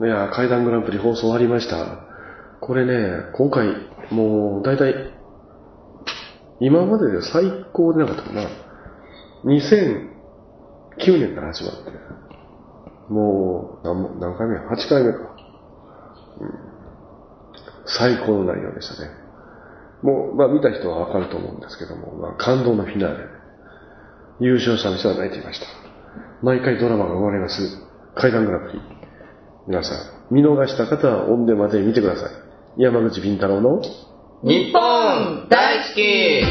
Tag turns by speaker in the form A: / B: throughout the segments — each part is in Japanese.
A: いやー、怪談グランプリ放送終わりました。これね、今回、もう、だいたい、今までで最高でなかったかな。2009年から始まって。もう、何も何回目 ?8 回目か、うん最高の内容でしたね。もう、まあ見た人はわかると思うんですけども、まあ感動のフィナーレ。優勝者の人は泣いていました。毎回ドラマが生まれます。怪談グランプリ。皆さん、見逃した方はオンデマで見てください。山口敏太郎の
B: 日本大好き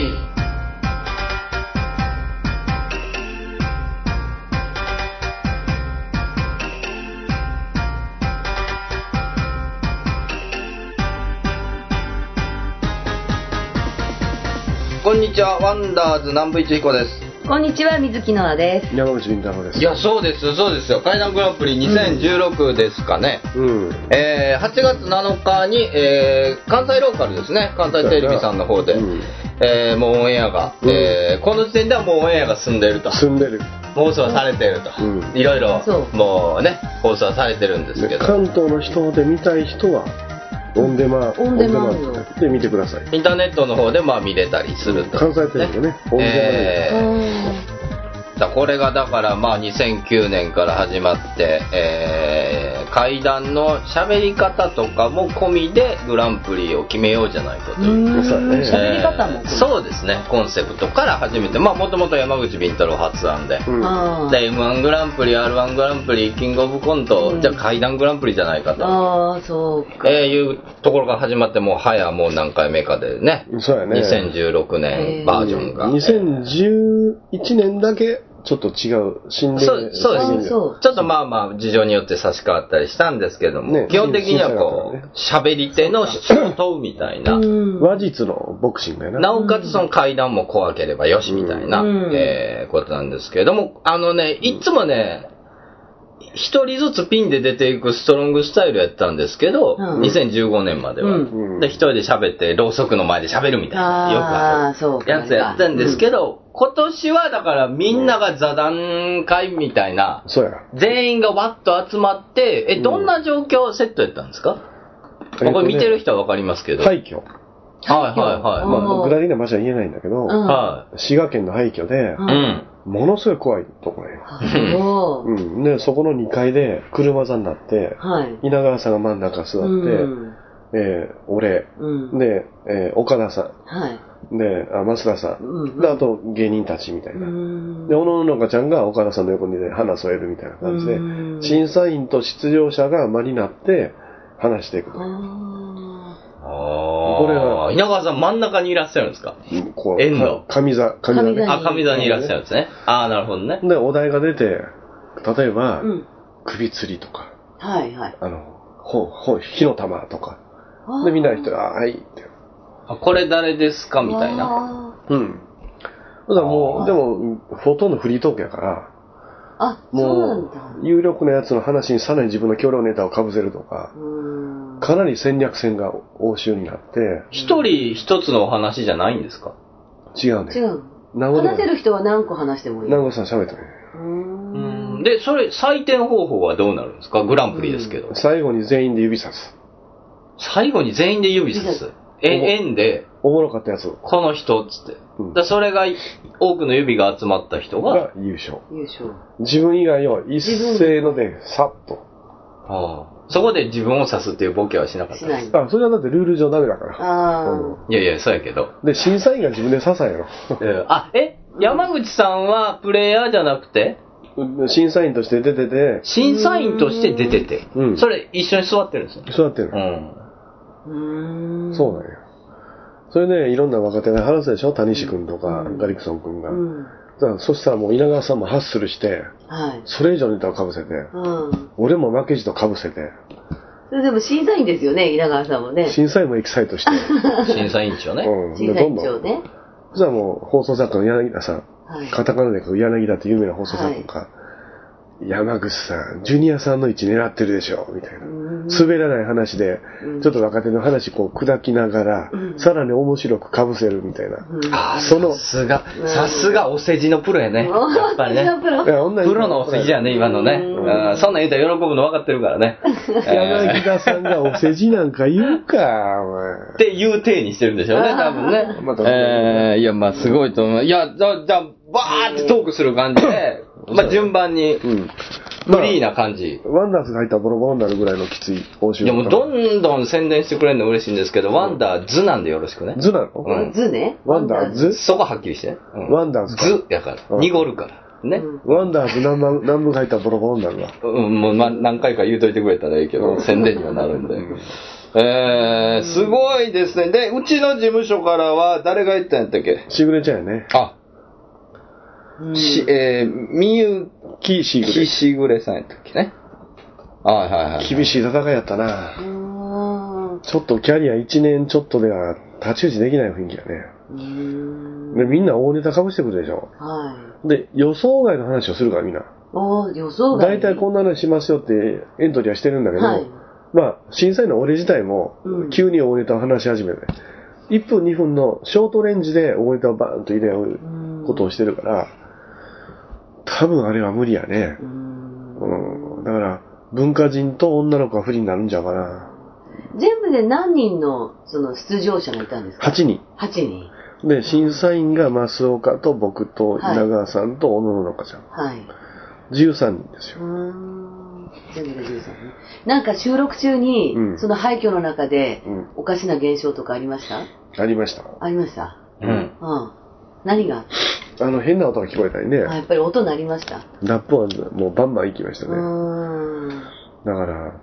B: こんにちは、ワンダーズ南部一彦で
C: こんにちは、水木のあで
A: 山口敏太郎です
B: す。い。や、そうです、そうですよ。階段グランプリ2016ですかね。
A: うん。
B: えー8月7日に、えー関西ローカルですね関西テレビさんの方で、
A: うん
B: えーもうオンエアが、
A: うん
B: えーこの時点ではもうオンエアが進んでいると
A: 住んでる。
B: 放送はされていると、
A: うん
B: いろいろ
C: そう
B: もうね放送はされてるんですけ
A: で
B: ど
A: 関東の人で見たい人は、オンデマ、
C: オンデマ
A: オンデマで見てください。
B: インターネットの方でまあ見れたりすると
A: 関西テレビのね、オンデマで。
B: えーだこれがだからまあ2009年から始まって、えー、階段の喋り方とかも込みでグランプリを決めようじゃないかと
C: う
B: いう、
C: ん。
A: そうだね
C: 喋り方も。
B: えーそうですねコンセプトから始めてまあもともと山口敏太郎発案で、
A: うん。
C: あー
B: で m 1グランプリ r 1グランプリキングオブコント、
C: うん
B: じゃあ怪談グランプリじゃないかと、
C: あー、そう。
B: えーいうところから始まってもう早もう何回目かでね
A: そうやね。
B: 2016年バージョンが、
A: 2011年だけ、ちょっと違う。心霊
B: そうそうです
A: 再現
C: あそう
B: ちょっとまあまあ事情によって差し替わったりしたんですけども、
A: ね
B: 基本的にはこう喋り手の仕事みたいな、
C: うん
A: 話術のボクシングやな。
B: なおかつその階段も怖ければよしみたいな、
C: うん
B: えーことなんですけれども、あのね、いつもね、一人ずつピンで出ていくストロングスタイルやったんですけど、
C: うん
B: 2015年までは。
C: うん
A: うん
B: で、一人で喋って、ろうそくの前で喋るみたいな、よくある
C: あー、そうか。
B: やつやったんですけど、今年はだからみんなが座談会みたいな、
A: そうや。
B: 全員がわっと集まって、え、どんな状況セットやったんですか、
A: えっ
B: ことれ
A: ね
B: 見てる人はわかりますけど。
A: 廃墟。
B: はいはいはい。
C: うん
A: まあ、具体的な場所は言えないんだけど、
C: うん
B: はい。
A: 滋賀県の廃墟で、
C: う
B: うん。
A: ものすごい怖いところよ。
C: あそうう。
A: ん。で、そこの2階で車座になって、
C: はい。
A: 稲川さんが真ん中座って、
C: うん
A: えー俺、
C: うん。
A: で、えー岡田さ
C: はい。
A: ん、で、あ松田さん、
C: うん
A: で、あと芸人たちみたいうな。
C: ん
A: で、。おののかちゃんが岡田さんの横にで話添えるみたいな感じで、
C: うん
A: 審査員と出場者が間になって話していくと。
C: あ
B: こ
A: れは
B: 稲川さん真ん中にいらっしゃるんですか
A: うんこ
B: 遠藤
A: か上座、上座ね
C: 上座はい
B: 赤身座にいらっしゃるんですね。ああ、なるほどね。
A: で、お題が出て、例えば、
C: ーうん。
A: 首吊りとか、
C: はいはい。
A: あの、ほ、ほ、火の玉とか。
C: あー
A: で、みんなの人が、あはいって。
B: あこれ誰ですかみたいな。。
A: うん。だからも
B: あ
A: う、
B: ー
A: でも、ほとんどフリートークやから、
C: あ、そうな
A: も
C: ん
A: う
C: だ。、
A: 有力なやつの話にさらに自分の恐竜ネタを被せるとか、
C: うん
A: かなり戦略戦が応酬になって、
B: 一人一つのお話じゃないんですか
A: 違うね。
C: 違う。
A: な
C: 話せる人は何個話してもいい。
A: 南郷さん喋ったね。
C: うーん
B: で、それ、採点方法はどうなるんですかグランプリですけど。
A: 最後に全員で指さす。
B: 最後に全員で指さす。え、円で、
A: おもろかったやつ
B: この人、つって。
A: うん
B: だそれが、多くの指が集まった人が、
A: が優勝。
C: 優勝。
A: 自分以外を一斉ので、さっと。
B: あーそこで自分を指すっていうボケはしなかっ。
C: したないい。
A: あ、それはだってルール上ダメだから。
C: ああ。
A: うん
B: やいや、そうやけど。
A: で、審査員が自分で刺さんやろ。
B: うんあ、え山口さんはプレイヤーじゃなくて
A: 審査員として出てて、
B: 審査員として出てて、
A: うん
B: それ一緒に座ってるんですよ、
A: そうなってるの。
B: う
C: うーん。
A: そうなんよ。それね、いろんな若手が話すでしょ谷志くんとか、
C: うん
A: ガリクソンくんが。
C: うん。
A: だからそしたらもう稲川さんもハッスルして、
C: はい。
A: それ以上のネタを被せて、
C: うん。
A: 俺も負けじと被せて、
C: それでも審査員ですよね、稲川さんもね。
A: 審査員もエキサイト して、
B: ん、審査委員長ね、
A: うん。で
C: 審査
A: どん
C: 員
A: ど
C: 長
A: ん。
C: ね。
A: そしたらもう放送作家の柳田さん、
C: はい。
A: カタカナで書く柳田って有名な放送作家が、山口さん、ジュニアさんの位置狙ってるでしょ、みたいな。
C: うん
A: 滑らない話で、
C: うん
A: ちょっと若手の話こう砕きながら、
C: うん
A: さらに面白く被せるみたいな。
C: うん
B: ああ、
A: その
B: さすが、さすがお世辞のプロやね。やっぱりね。
C: プロ
A: だから女に
B: プロのお世辞やね、今のね。
C: うん
B: うんそんなん言うたら喜ぶの分かってるからね。
A: 柳田さんがお世辞なんか言うか、
B: っ
A: お
B: ていう体にしてるんでしょうね、多分ね。
A: まあ多分
B: えーいや、まあすごいと思う。いや、じゃあ、じゃあ、バーってトークする感じで、まあ順番に、
A: 前。うん。
B: フリーな感じ。
A: ワンダースが入ったらボロボロになるぐらいのきつい報酬
B: いや、もうどんどん宣伝してくれるの嬉しいんですけど、ワンダーズなんでよろしくね。
A: 図なの、
B: うん
C: 図ね。
A: ワンダーズ
B: そこはっきりして。うん
A: ワンダーズか
B: ズやから。
A: うん
B: 濁るから。ね。
C: うん
A: ワンダース南蛮南部が入ったらボロボロになるわ。
B: うん、もう、ま、何回か言うといてくれたらいいけど、宣伝にはなるんで。えー、すごいですね。で、うちの事務所からは、誰が言ったんやったっけ
A: シグレちゃんやね。
B: あ、
C: うん
B: し、えー、みゆ
A: キーシグ
B: き
A: レ。
B: しぐれさんやったっけね。はいはいはい。
A: 厳
B: しい。
A: しい戦いやった
C: う
A: な。
C: んう
A: ちょっとキャリア1年ちょっとでは太刀打ちできない雰囲気やね。
C: ん
A: で、みんな大ネタかぶしてくるでしょ。
C: はい。
A: で、予想外の話をするからみんな。
C: おー予想外
A: 大体こんな話しますよってエントリーはしてるんだけど、
C: はい
A: まあ、審査員の俺自体も
C: うん、
A: 急に大ネタを話し始めて、1分2分のショートレンジで大ネタをバーンと入れ合う
C: うん
A: ことをしてるから、多分あれは無理やね
C: う。ん
A: うん。だから、文化人と女の子が不利になるんじゃうかな。
C: 全部で何人のその出場者がいたんですか
A: 8人。
C: 8人。
A: で、審査員が増岡と僕と
C: はい
A: 稲川さんと小野の中ちゃん。
C: はい。
A: 13人ですよ
C: う。ーん全部で13ね。なんか収録中に、
A: うん
C: その廃墟の中で、
A: うん
C: おかしな現象とかありました
A: ありました。
C: ありました
B: うん。
C: うん。何が
A: あの、変な音が聞こえたりね、
C: あやっぱり音鳴りました。
A: ラップはもうバンバン行きました
C: う
A: ね。
C: ーん。
A: だから、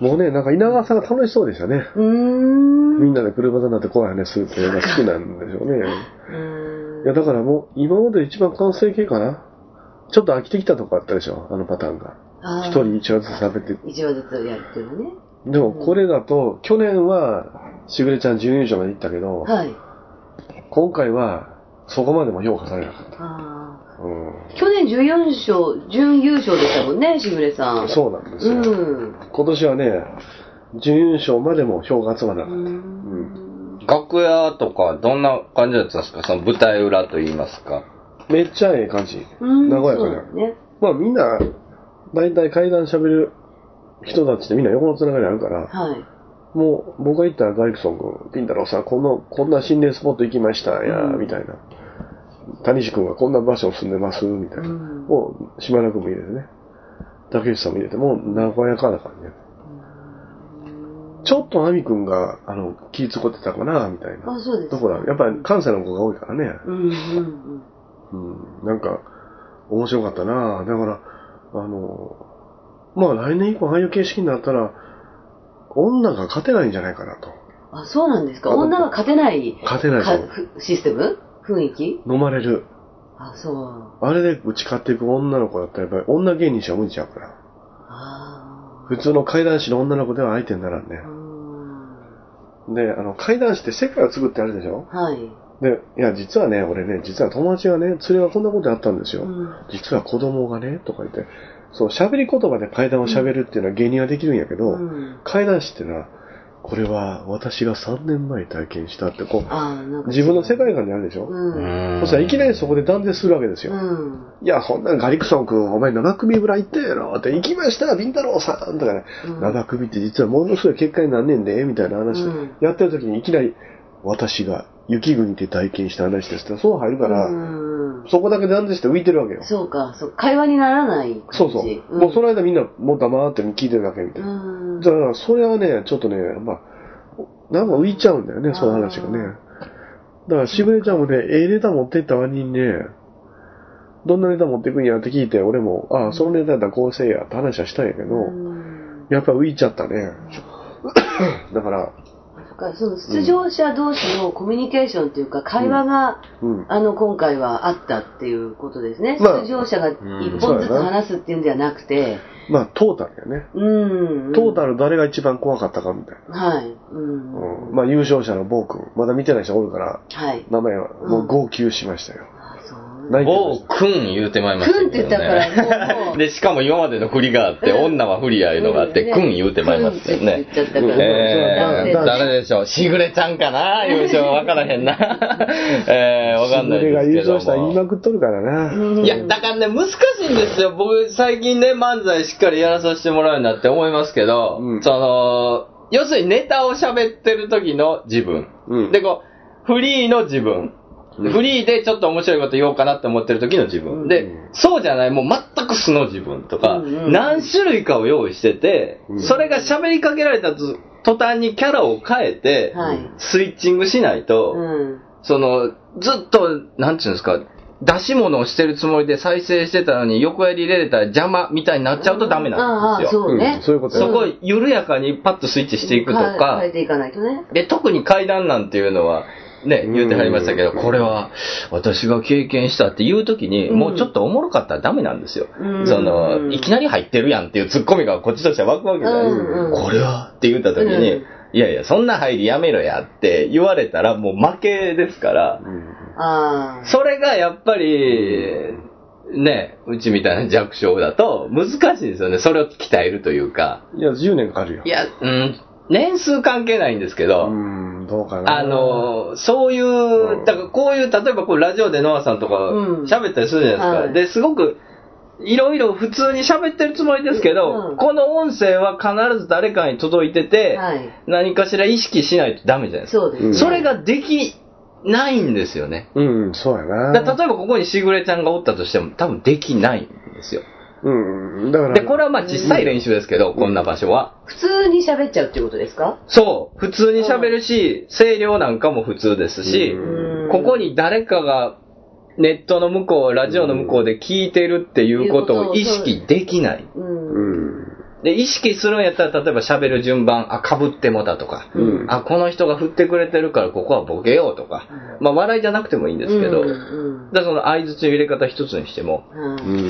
A: もうね、なんか稲川さんが楽しそうでしたね。
C: うーん。
A: みんなで車座になって怖い話するっていうのが好きなんでしょうね。いや、だからもう、今まで一番完成形かな。ちょっと飽きてきたとこあったでしょ、あのパターンが。一人一話ずつ喋って。
C: 一話ずつやるっていうのね。
A: でもこれだと、去年は、しぐれちゃん準優勝まで行ったけど、
C: はい。
A: 今回は、そこまでも評価されなかった。
C: あ
A: う
C: ー去年14勝、準優勝でしたもんね、しぐれさん。
A: ん。そうなんです
C: う
A: よ。
C: ん。
A: 今年はね、準優勝までも票が集まらな
C: う
A: かった。
C: ん。
B: 楽屋とか、どんな感じだったんですかその舞台裏と言いますか。
A: めっちゃええ感じ。
C: うん
A: 和や
C: そ
A: か
C: う
A: な
C: だ。ね。
A: まあみんな、大体階段喋る人たちってみんな横のつながりあるから、
C: はい。
A: もう僕が行ったらガリクソン君、ピン太郎さん、この、こんな心霊スポット行きました、や
C: う
A: ー、
C: ん
A: みたいな。谷地君がこんな場所住んでます、みたいな。
C: うん
A: もう、島田君も入れてね。竹内さんも入れて、もう和やかな感じやね。ちょっと亜美君が、あの、気ぃ使ってたかな、みたいな。
C: あ、そうです。
A: ところはやっぱり関西の子が多いからね。
C: うんうん
A: うん、なんか、面白かったなだから、あの、まあ来年以降ああいう形式になったら、女が勝てないんじゃないかなと。
C: うん。あ、そうなんですか。女が勝てない
A: 勝てない
C: か
A: と。
C: ふシステム雰囲気
A: 飲まれる。
C: あ、そう。
A: あれで打ち勝っていく女の子だったら、やっぱり女芸人しか無理ちゃうから。
C: あ
A: 普通の怪談師の女の子では相手にならんね
C: あ。う。ん。
A: で、あの、怪談師って世界を継ぐってあるでしょ
C: はい。
A: で、いや、実はね、俺ね、実は友達がね、連れはこんなことあったんですよ。
C: うん
A: 実は子供がね、とか言って、そう、喋り言葉で怪談を喋るっていうのは芸人はできるんやけど、
C: うん
A: 怪談師ってのは、これは私が3年前体験したって、こう、
C: あーなんか
A: 自分の世界観であるでしょ、
C: うん。
A: そしたらいきなりそこで断絶するわけですよ。
C: うん。
A: いや、そんなんガリクソン君、お前七組村行ったやろって、行きました、ビンタロウさんとかね、
C: うん
A: 七組って実はものすごい結果になんねんで、みたいな話で、
C: うん
A: やってる時にいきなり、私が雪国で体験した話ですって、そう入るから、
C: うん
A: そこだけ断絶して浮いてるわけよ。
C: そうか、そう、会話にならない感じ。
A: そうそう。
C: ん
A: もうその間みんなもう黙って聞いてるだけみたいな。
C: うん。
A: だから、それはね、ちょっとね、まあ、なんか浮いちゃうんだよね、その話がね
C: あー。
A: だから、しぶれちゃんもね、ええネタ持ってった割にね、どんなネタ持ってくんやって聞いて、俺も、ああ、そのネタだったらこうせえやって話はしたんやけど、
C: うん
A: やっぱ浮いちゃったね。 だから、
C: だからその出場者同士のコミュニケーションというか、会話が、
A: うん。
C: あの、今回はあったっていうことですね。
A: まあ
C: 出場者が一本ずつ話すっていうんではなくて、
A: まあ、トータルやね。
C: うん。
A: トータル誰が一番怖かったかみたいな。
C: はい。うん。
A: うんまあ、優勝者のボー君、まだ見てない人おるから、
C: はい。
A: 名前は、もう号泣しましたよ。
C: あそう
A: 泣いてま
B: 某
A: し
B: くん言うてまいりました
C: くん
B: け
C: って言
B: どね。
C: ったから、もう、もそう
B: で、しかも今までの振りがあって、女は不利やいうのがあって、
C: うん
B: くん言うてまいりますよね。
C: くんって言っちゃったから
B: えー、
C: 男性
B: 誰でしょうしぐれちゃんかな優勝わからへんな。 えー、わかんない
A: しぐれが優
B: ですけど
A: 勝したら言い
B: も。
A: まくっとるからな。
C: うん
B: いや、だからね、難しいんですよ。僕、最近ね、漫才しっかりやらさせてもらうなって思いますけど、
A: うん
B: その、要するにネタを喋ってる時の自分。
A: うん
B: で、こう、フリーの自分。
A: うん
B: フリーでちょっと面白いこと言おうかなって思ってる時の自分。で、そうじゃない、もう全く素の自分とか、
C: うんうん
B: 何種類かを用意してて
A: う、ん
B: それが喋りかけられたと途端にキャラを変えて、
C: はい
B: スイッチングしないと、
C: うん
B: その、ずっと、なんていうんですか、出し物をしてるつもりで再生してたのに、横やり入れれたら邪魔みたいになっちゃうとダメなんですよ。
C: ああそうね
A: んそういうこと
B: そ
A: や
B: こを緩やかにパッとスイッチしていくとか、
C: 変えていかないとね
B: で、特に階段なんていうのは、ね、言うてはりましたけど、
A: うん
B: これは私が経験したっていう時に、
C: うん
B: もうちょっとおもろかったらダメなんですよ。
C: うん
B: その、いきなり入ってるやんっていうツッコミがこっちとしては湧くわけじゃないですか。
C: うんうん
B: これはって言った時に、
C: うん
B: いやいや、そんな入りやめろやって言われたらもう負けですから、
A: うん
C: ああ
B: それがやっぱり、ね、うちみたいな弱小だと難しいですよね。それを鍛えるというか。
A: いや、10年かかるよ。
B: いや、うん、年数関係ないんですけど、
A: うん、どうかな。
B: あのーそういう、だからこういう、例えばこうラジオでノアさんとか
C: うん
B: 喋ったりするじゃないですか。
C: はい
B: で、すごく、いろいろ普通に喋ってるつもりですけど、
C: うん
B: この音声は必ず誰かに届いてて、
C: はい
B: 何かしら意識しないとダメじゃないですか。
C: そうですね
B: それができないんですよね。
A: うん、そうやな。
B: だ例えばここにしぐれちゃんがおったとしても多分できないんですよ。
A: うんうん、だから、
B: で、これはまあ小さい練習ですけど、こんな場所は。
C: 普通に喋っちゃうっていうことですか
B: そう、普通に喋るし、声量なんかも普通ですし、
A: う
B: ここに誰かがネットの向こう、ラジオの向こうで聞いてるっていうことを意識できない。
C: う
A: う
C: ん
A: ん、
B: で、意識するんやったら、例えば喋る順番、あ、かぶってもだとか、
A: うん
B: あ、この人が振ってくれてるからここはボケようとか、まあ笑いじゃなくてもいいんですけど、
C: うん
B: だからその相槌の入れ方一つにしても、
C: うん
A: う
C: うん
A: ん。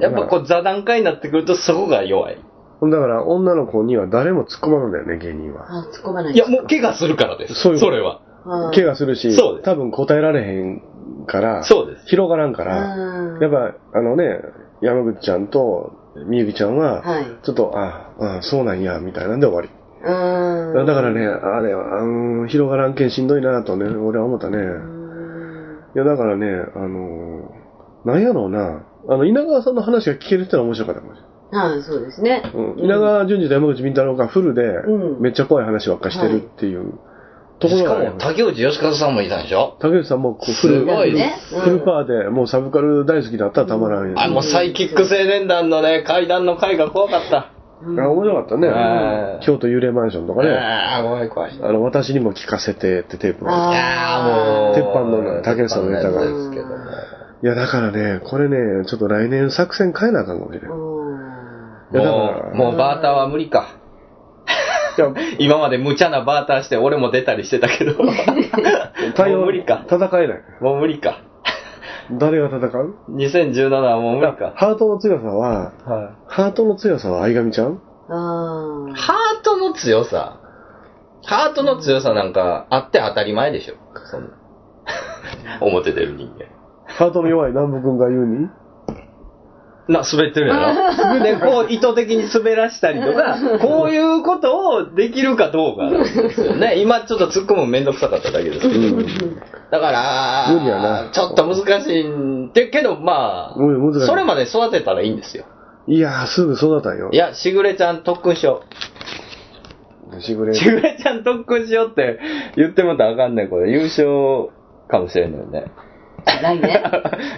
B: やっぱこう座談会になってくるとそこが弱い。
A: う、だから女の子には誰も突っ込まなんだよね、芸人は。
C: あ突っ込まない
B: いや、もう怪我するからです。
A: そういうこと
B: それは。
C: うん
A: 怪我するし
B: そうで、す
A: 多分答えられへんから、
B: そうです。
A: 広がらんから、
C: うん
A: やっぱ、あのね、山口ちゃんとみゆきちゃんは
C: はい、
A: ちょっと、あ、あ、そうなんや、みたいなんで終わり。
C: うん
A: だからね、あれは、あの広がらんけんしんどいなとね、俺は思ったね。
C: うん
A: いや、だからね、あのーなんやろうな、あの、稲川さんの話が聞けるってのは面白かったかもしれない
C: はいそうですね
A: うん稲川淳二と山口み太郎がフルで、
C: うん
A: めっちゃ怖い話ばっかしてるっていうところ
B: しか
A: が、ね
B: も、竹内義和さんもいたんでしょ
A: 竹内さんもこうフ
B: す
A: ル、
B: ごい
C: ね
A: フルパーで、もうサブカル大好きだったらたまらんよ。
B: あ、もうサイキック青年団のね、階段の回が怖かった。
C: うん
A: あ面白かった
B: うん
A: ね。京都幽霊マンションとかね、
B: ああ、怖い怖い。
A: あの、私にも聞かせてってテープが
C: あー
B: いやーもう。
A: 鉄板のね竹内さんのネタが
B: 鉄板のやつですけども
A: いや、だからね、これね、ちょっと来年作戦変えなあかんかもしれん。い
C: うん
A: や、だから、
B: もう、もうバーターは無理か。
A: いや
B: 今まで無茶なバーターして、俺も出たりしてたけど。も
A: 対
B: う
A: 応、
B: 無理か。
A: 戦えない。
B: もう無理か。
A: 誰が戦う
B: 2017はもう無理か。
A: ハートの強さは、
B: は
A: ハートの強さは相上ちゃん
C: あ
B: い
C: ー
B: ハートの強さ。ハートの強さなんかあって当たり前でしょ。そんな。 表出る人間。
A: ハートの弱い南部君が言うに
B: な、滑ってるやろ。で、こう、意図的に滑らしたりとか、こういうことをできるかどうかなんですよね。今ちょっと突っ込むのめんどくさかっただけですけど。だから、
A: 無理やな
B: ちょっと難しいんで、けどまあ、
A: 無理難しい
B: それまで育てたらいいんですよ。
A: いやー、すぐそうだったんよ
B: い。や、しぐれちゃん特訓しよ
A: しぐれ
B: う。しぐれちゃん特訓しようって言ってもたらあかんねん、これ。優勝かもしれんのよね。
C: 来年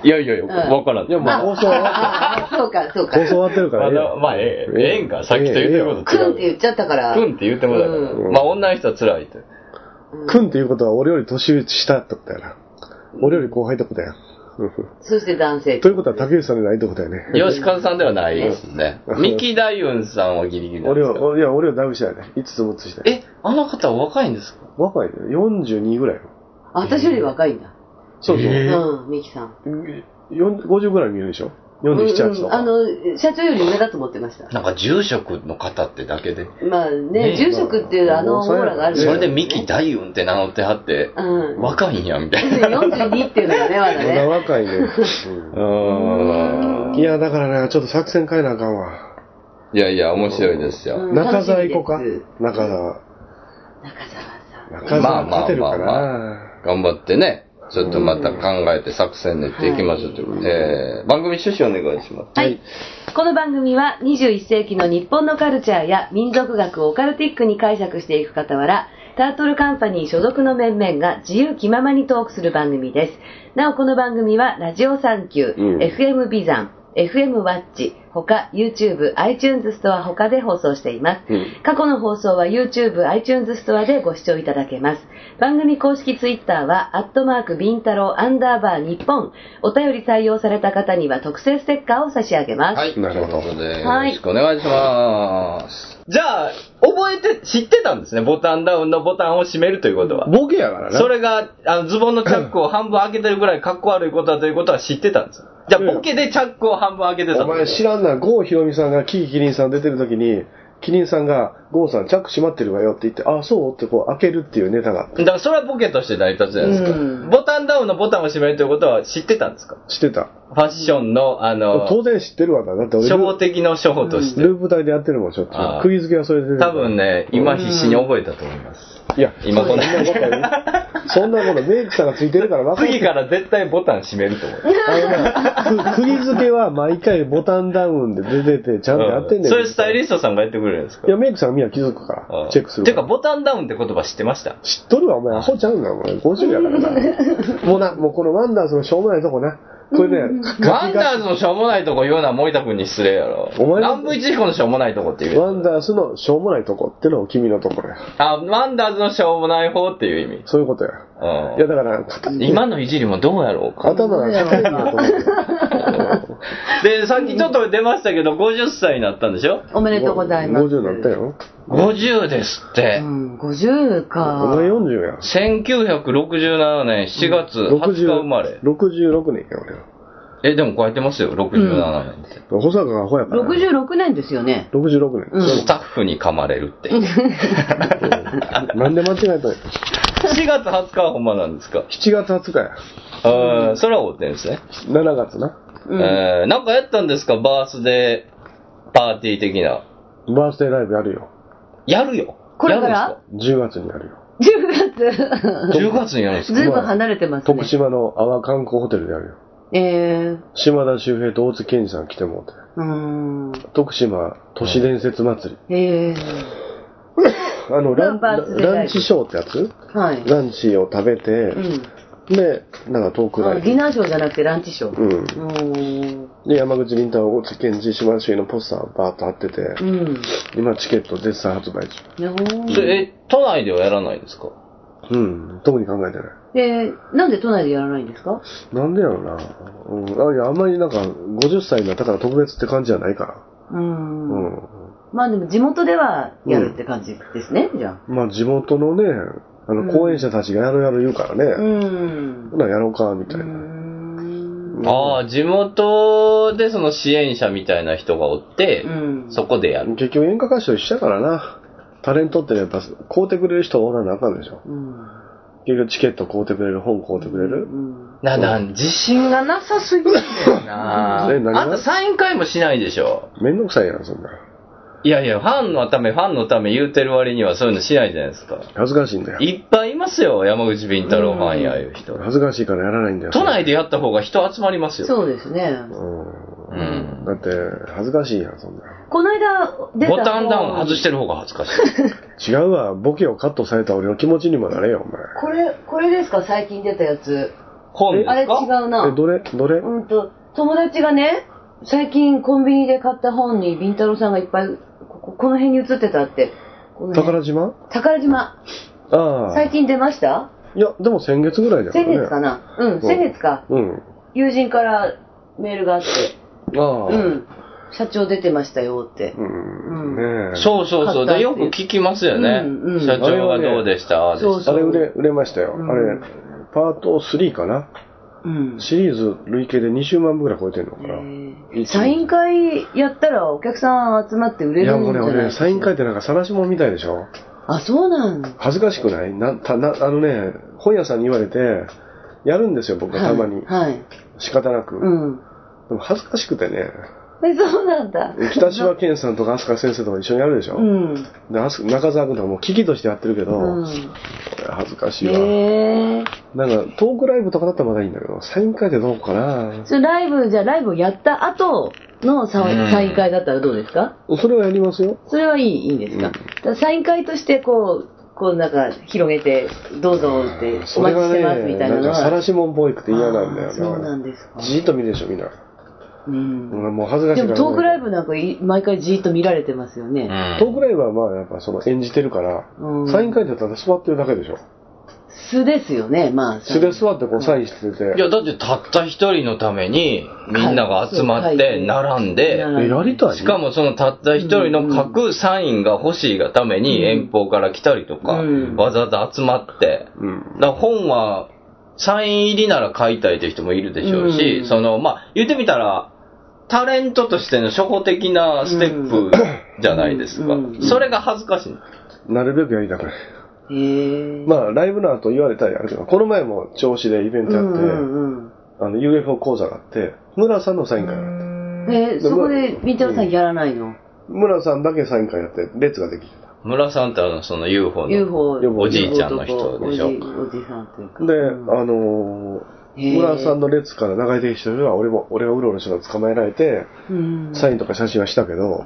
B: いやいやいや、
C: ん
B: わからん。
A: いや、もう放送終わ
C: あーそうかそう
A: っ
C: か
A: て、放送終わってるか
B: ま
A: らね。
B: だまあ、ええ、ええんか、さっきと言ってること
C: く
B: 違
C: ん
B: う
C: って。言っちゃったから
B: くんって言ってもだから、
C: うん
B: まあ女の人は辛いと。
A: くんっていうことは俺より年下ってことやな。俺より後輩ってことや。
C: そして男性
A: ということは竹内さんじゃないってことやね。
B: 吉川さんではないですね
A: う。ん
B: 三木大雲さんはギリギリなん
A: 俺
B: ですけど
A: は、いや、俺はだいぶ下やね。5つ6つ下や。
B: え、あの方お若いんですか
A: 若いね。42ぐらいよ。
C: あ私より若いんだ
A: そうそう。
B: え
C: うんミキさん
A: よん50ぐらい見えるでしょ ?47、8と
C: うん
A: か。
C: うんあの社長より上だと思ってました
B: なんか住職の方ってだけで。
C: まあ
B: ね
C: ね住職っていうあのオーラがある
B: それで
C: ミ
B: 三木大雲って名乗ってはって、
C: うん
B: 若いんや、みたいな。
C: 42っていうのがねまだ
A: まだ
C: ね
A: 若いね。
B: うーん
A: いや、だからね、ちょっと作戦変えなあかんわ。
B: いやいや、面白いですよ。
C: うん
A: 中澤行こうか
C: 楽しみです。
A: 中澤。
C: 中澤さん。
A: 中澤勝てるかな、
B: まあまあ頑張ってね、ちょっとまた考えて作戦練っていきましょうということで、えー番組趣旨お願いします。
C: はい。この番組は21世紀の日本のカルチャーや民族学をオカルティックに解釈していく傍ら、タートルカンパニー所属の面々が自由気ままにトークする番組です。なおこの番組はラジオサンキュー、
A: うん
C: FM ビザン、FM ワッチ、他 YouTube、iTunes ストア他で放送しています。
A: うん
C: 過去の放送は YouTube、iTunes ストアでご視聴いただけます。番組公式 Twitter は、アットマークビンタロウアンダーバー日本。お便り採用された方には特製ステッカーを差し上げます。
B: はい。
A: なるほど
B: ということで、よ
C: はい
B: ろしくお願いします。じゃあ、覚えて、知ってたんですね。ボタンダウンのボタンを閉めるということは。
A: ボケやからな。
B: それが、あの、ズボンのチャックを半分開けてるぐらいかっこ悪いことだということは知ってたんですよ。じゃあ、ボケでチャックを半分開けてた
A: お前知らんな、郷ひろみさんがキーキリンさん出てる時に、キリンさんが、郷さんチャック閉まってるわよって言って、あ、そうってこう開けるっていうネタが
B: だからそれはボケとして成り立つじゃないですか。
C: うん
B: ボタンダウンのボタンを閉めるということは知ってたんですか
A: してた。
B: ファッションの、あの、
A: 当然知ってるわな。だって俺
B: 初歩
A: ル、
B: 的な処方として。
A: ループ台でやってるもん、ちょっと
B: あー。
A: 釘付けはそれで出てる
B: 多分。ね、今必死に覚えたと思います。
A: いや、
B: 今
A: そんな
B: こ
A: こと、そんなこと、メイクさんがついてるから分かる。
B: 次から絶対ボタン閉めると思う。
A: あのなく釘付けは毎回ボタンダウンで出てて、ちゃんとやってんねん。
B: それスタイリストさんがやってくれるんですか
A: いや、メイクさんはみんな気づくから、チェックする
B: て
A: ら
B: か、ボタンダウンって言葉知ってました
A: 知っとるわ、お前、アホちゃうんだ、お前。50やから な。もうな、もうこのワンダースのしょうもないとこな。これね、
B: ワ
A: ガ
B: ン
A: キガ
B: ダーズのしょうもないとこ言うのは森田君に失礼やろ。
A: お前の
B: 南部一彦のしょうもないとこって
A: キ
B: 言う。
A: ワンダースのしょうもないとこってのを君のところや。
B: あ、ワンダーズのしょうもない方っていう意味。
A: そういうことや。
B: うん
A: いや、だから、肩
B: 今のいじりもどうやろうか。
A: 頭が硬いんだと思う。
B: で、さっきちょっと出ましたけど、50歳になったんでしょ
C: おめでとうございます。
A: 50になった。よ。
B: ?50 ですって
C: う。ん、50か。
A: お前40や。
B: 1967年7月20日生まれ。
A: 66年や、俺は。
B: え、でもこうやってますよ、67年って。
A: 保坂がアホやから。
C: 66年ですよね。
A: 66年。
B: スタッフに噛まれるって。
A: なんで間違えたんや。
B: 4月20日はほんまなんですか
A: 7月20日や。
B: あーそれは追ってるんですね。
A: 7月な。
C: うん
B: えーなんかやったんですかバースデーパーティー的な。
A: バースデーライブやるよ。
B: やるよ。
C: これから
B: やるんで
A: 10月にやるよ。
C: 10
B: すか ?10 月にやるんですか
C: 月。ずいぶん離れてますね
A: 徳。島の阿波観光ホテルでやるよ。
C: えー、
A: 島田秀平と大津健二さん来てもうて。
C: うーん。
A: 徳島都市伝説祭り。
C: えー、
A: あの、ラン
C: ナ
A: ラ
C: ンバーズデーライブ
A: ンチショーってやつ
C: はい。
A: ランチを食べて、
C: うん。
A: で、なんかトークラ
C: あ
A: イ
C: ディ
A: ブ。
C: ナーショーじゃなくてランチショー。
A: うん。
C: うーん。
A: で、山口凛太郎、大津健二、島田秀平のポスターバーッと貼ってて、
C: うん。今
A: 今チケット絶賛発売中。
B: それえ、都内ではやらないですか
A: うん。特に考えてない。
C: で、なんで都内でやらないんですか
A: なんでやろな。うん。あ、いや、あんまりなんか、50歳になったから特別って感じじゃないから。
C: うーん。
A: うん
C: まあでも地元ではやるって感じですね、じゃあ。
A: ん。まあ、地元のね、あ
C: うん
A: の、講演者たちがやろうやろう言うからね。
C: うーん。
A: ほな、やろうか、み
C: う
A: たい
C: ー
A: な。
C: ん。
B: ああ、地元でその支援者みたいな人がおって、
C: うん
B: そこでやる。
A: 結局演歌歌手と一緒やからな。タレントってやっぱ、買うてくれる人がおらなあかんでしょ。
C: うん。
A: 結局チケット買うてくれる、本買うてくれ
C: う
A: る。
C: ん。
B: な、な、自信がなさすぎるんだよな
A: え何が
B: あんたサイン会もしないでしょ。
A: めんどくさいやん、そんな。
B: いやいや、ファンのため、ファンのため言うてる割にはそういうのしないじゃないですか。
A: 恥ずかしいんだよ。
B: いっぱいいますよ、山口敏太郎ファンやいう人。
A: 恥ずかしいからやらないんだよ。
B: 都内でやった方が人集まりますよ。
C: そうですね。
A: う
B: うん
A: ん。だって、恥ずかしいやん、そんな。
C: この間出た。
B: ボタンダウン外しててる方が恥 ずかしい。
A: 違うわ、ボケをカットされた俺の気持ちにもなれよ、お前。
C: これ、これですか最近出たやつ。
B: 本ですか
C: あれ違うな。
A: え、どれどれ
C: うんと、友達がね、最近コンビニで買った本に、ビンタロウさんがいっぱい、こここの辺に写ってたって。この辺
A: 宝島
C: 宝島。
A: ああ。
C: 最近出ました
A: いや、でも先月ぐらいだよ
C: 先
A: ね。
C: 月かな。うん、先月か。
A: うん。
C: 友人からメールがあって、
A: ああ。
C: うん、社長出てましたよって。
A: うん。ねえ。
B: そうそうそう。で、よく聞きますよね。
C: うんうん
B: 社長がどうでした、ああで
C: そう
B: し
C: そ
A: あ
C: う。
A: れ売れ、売れましたよ。
C: うん
A: あれ、パート3かな
C: うん。
A: シリーズ累計で20万部ぐらい超えてんのかな。
C: えーサイン会やったらお客さん集まって売れ
A: いや、
C: るんじ
A: も
C: ゃ
A: うね、
C: ない
A: 俺ね、サイン会ってなんか晒し物みたいでしょ
C: あ、そうなん。
A: 恥ずかしくないな、た、な、あのね、本屋さんに言われて、やるんですよ、僕はたまに。
C: はい。はい
A: 仕方なく。
C: うん。
A: でも恥ずかしくてね、
C: え、そうなんだ。
A: 北島健さんとか飛鳥先生とか一緒にやるでしょ、
C: うん。
A: で飛鳥中澤君とかもう危機としてやってるけど、
C: うん。
A: 恥ずかしいわ、
C: へえ。
A: なんかトークライブとかだったらまだいいんだけどサイン会ってどうかな
C: それライブ、じゃあライブをやった後のサイン
B: うん
C: サイン会だったらどうですか
A: それはやりますよ
C: それはいい、いいんですか,、
A: うん
C: サイン会としてこう、こうなんか広げて、どうぞって、お待ちし
A: それが
C: てます
A: ね
C: みたいな
A: なん
C: の
A: か
C: は。
A: さらしもんっぽいくて嫌なんだよ
C: あーそうなんですか。
A: じーっと見るでしょみんな
C: うん。
A: 俺もう恥ずかしい
C: で
A: から
C: もトークライブなんかい毎回じーっと見られてますよね。
A: トークライブはまあやっぱその演じてるから、
C: うん
A: サイン会だったら座ってるだけでしょ
C: 素ですよね、まあ。
A: 素で座ってこうサインしてて、
B: いや、だってたった一人のために、みんなが集まっ
C: はい
B: て、並んで、
C: 並んで
A: えやりたい
B: しかもそのたった一人の書くサインが欲しいがために
C: うん
B: 遠方から来たりとか、
C: うん
B: わざわざ集まって、
A: うん
B: だから本はサイン入りなら買いたいという人もいるでしょうし、
C: うん
B: その、まあ、言ってみたら、タレントとしての初歩的なステップじゃないですか。
C: うん
B: それが恥ずかしい。
A: なるべくやりたくない
C: へえ。
A: まあライブの後言われたりあるけどこの前も調子でイベントやって、
C: うんうん
A: あの UFO 講座があって村さんのサイン会があって
C: うん。えー、そこで、みーちゃんさんやらないの、
A: 村さんだけサイン会やって列ができてた
B: 村さんってあの、その UFO の。
C: ?UFO。
A: おじい
B: ちゃんの人でしょ
C: おじおじさんというか。
A: で、
C: うん
A: あの
C: へ
A: ー、
C: ー
A: 村さんの列から流れてきた人は俺も俺がうろうろしたら捕まえられて
C: うん。
A: サインとか写真はしたけど、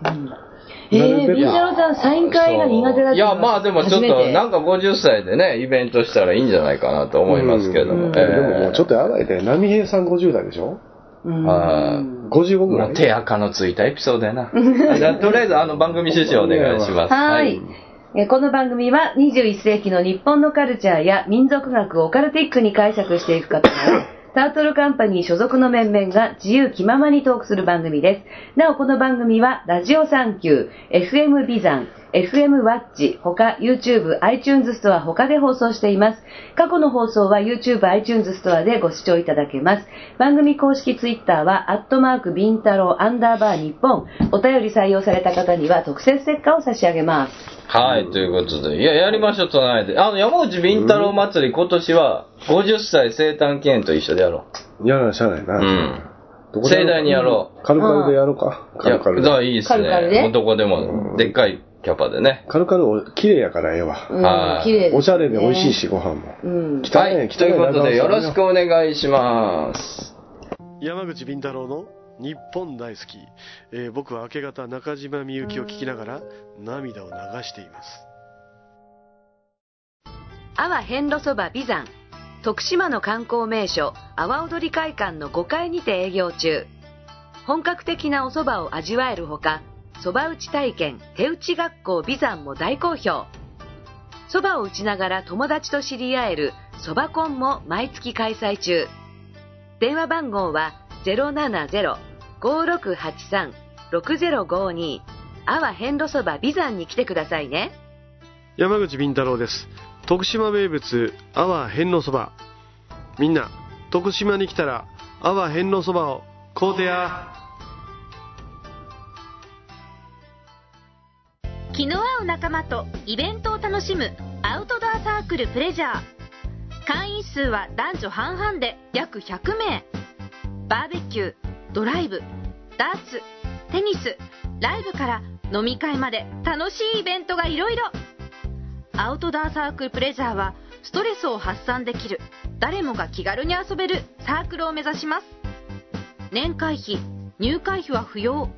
C: え
A: なるべ
C: ー、
A: く
C: みーちゃんさん、サイン会が苦手だったの
B: いや、まあでもちょっ
C: 初め
B: と、
C: て
B: なんか50歳でね、イベントしたらいいんじゃないかなと思いますけど
A: う
B: も。
A: ん
B: ええ
A: でももうちょっとやばいね波平さん50代でしょ
C: うん
B: はい
A: 55ぐら
B: も
A: いう
B: 手垢のついたエピソードや な。じゃあとりあえずあの番組趣旨をお願いします。
C: はい。えーこの番組は21世紀の日本のカルチャーや民族学をオカルティックに解釈していく方から、タートルカンパニー所属の面々が自由気ままにトークする番組です。なおこの番組は、ラジオサンキュー、FM ビザン、FM ワッチ、他 YouTube、iTunes ストア他で放送しています。過去の放送は YouTube、iTunes ストアでご視聴いただけます。番組公式 Twitter は、アットマークビンタロウアンダーバー日本。お便り採用された方には特設ステッカーを差し上げます。
B: はい、ということで。いや、やりましょう、唱えて。あの、山内ビンタロウ祭り、今年は、50歳生誕記念と一緒でやろ
A: いや、しゃあないな。
B: う。うん。
A: どこで
B: 盛大にやろ
A: う。カルカルでやろうか。
B: い
A: カ
B: や、
A: ルカル
B: だから
A: で。
B: いいです
C: 軽々で
B: ね。どこでも、でっかいキャパでね。
A: カルカル俺、綺麗やからええわ。
C: うん
B: はい
C: 綺麗ですね
A: おしゃれで美味しい。し、ご飯も。
C: うん。
A: 汚
B: はいい、ということで、よろしくお願いします。
A: 山口敏太郎の日本大好き。えー僕は明け方中島みゆきを聞きながら涙を流しています。
C: 阿波遍路そば美山徳島の観光名所阿波踊り会館の5階にて営業中本格的なお蕎麦を味わえるほか蕎麦打ち体験手打ち学校美山も大好評蕎麦を打ちながら友達と知り合える蕎麦コンも毎月開催中電話番号は070-5683-6052阿波遍路そば美山に来てくださいね
A: 山口敏太郎です徳島名物阿波遍路そばみんな徳島に来たら阿波遍路そばを買うてや
D: 気の合う仲間とイベントを楽しむアウトドアサークルプレジャー会員数は男女半々で約100名バーベキュードライブダーツテニスライブから飲み会まで楽しいイベントがいろいろアウトドアサークルプレジャーはストレスを発散できる誰もが気軽に遊べるサークルを目指します年会費入会費は不要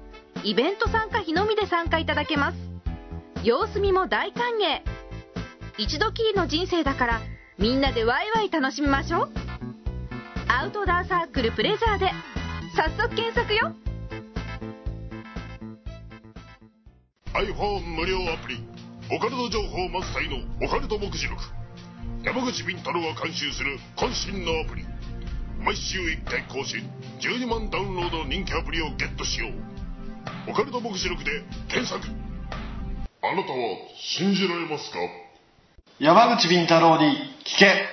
D: イベント参加費のみで参加いただけます様子見も大歓迎一度きりの人生だからみんなでワイワイ楽しみましょうアウトドアサークルプレジャーで早速検索よ
E: iPhone 無料アプリオカルト情報満載のオカルト目次録山口敏太郎が監修する渾身のアプリ毎週1回更新12万ダウンロードの人気アプリをゲットしようオカルト目次録で検索あなたは信じられますか
F: 山口敏太郎に聞け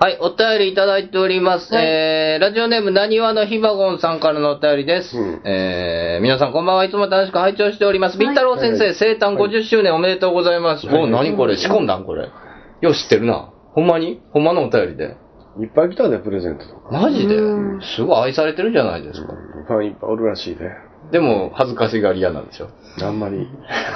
B: はい、お便りいただいております。えー、ラジオネーム、なにわのひばごんさんからのお便りです。
A: うん
B: えー、皆さんこんばんはいつも楽しく拝聴しております。
C: い
B: ビンタロウ先生、生誕50周年おめでとうございます。
A: はい
B: お、なにこれ仕込んだんこれ。よう知ってるな。ほんまにほんまのお便りで。
A: いっぱい来たね、プレゼントとか。
B: マジで
C: うん
B: すごい愛されてるじゃないですか。
A: ファンいっぱいおるらしいね。
B: でも、恥ずかしがり屋なんでしょ。
A: あんまり、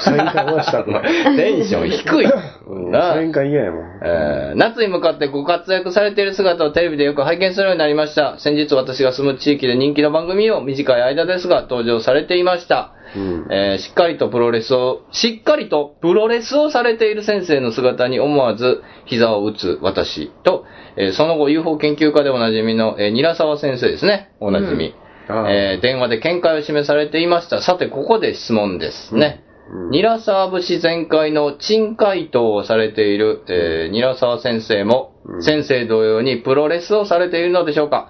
A: サイン会はしたくない。
B: テンション低い。
A: うん
B: な
A: サイン会嫌やもん。
B: えー夏に向かってご活躍されている姿をテレビでよく拝見するようになりました。先日私が住む地域で人気の番組を短い間ですが登場されていました。
A: うん
B: えーしっかりとプロレスを、しっかりとプロレスをされている先生の姿に思わず膝を打つ私と、えーその後 UFO 研究家でおなじみの、えー、韮沢先生ですね。おなじみ。
A: ああ
B: えー電話で見解を示されていました。さて、ここで質問ですね。
A: うん
B: ニラサー節全開の珍回答をされている、えー、ニラサー先生も、
A: うん
B: 先生同様にプロレスをされているのでしょうか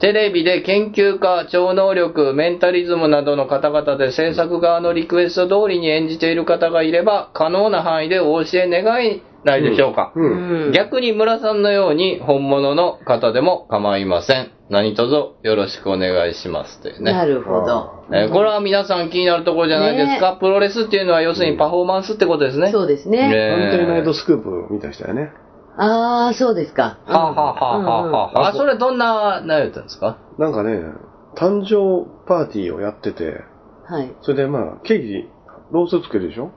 B: テレビで研究家、超能力、メンタリズムなどの方々で制作側のリクエスト通りに演じている方がいれば、可能な範囲でお教え願えないでしょうか、
A: うん。
B: 逆に村さんのように本物の方でも構いません。何卒よろしくお願いしますというね。
C: なるほど。
B: えーこれは皆さん気になるところじゃないですか。プロレスっていうのは要するにパフォーマンスってことですね。
C: そう
B: で
C: ですね。
A: 探偵ナイトスクープ見た人やね。
C: ああ、そうですか。
B: はあ、はあはあはあはあ、あ、それどんな内容だったんですか
A: なんかね、誕生パーティーをやってて、
C: はい。
A: それでまあ、ケーキ、ロースつけるでしょ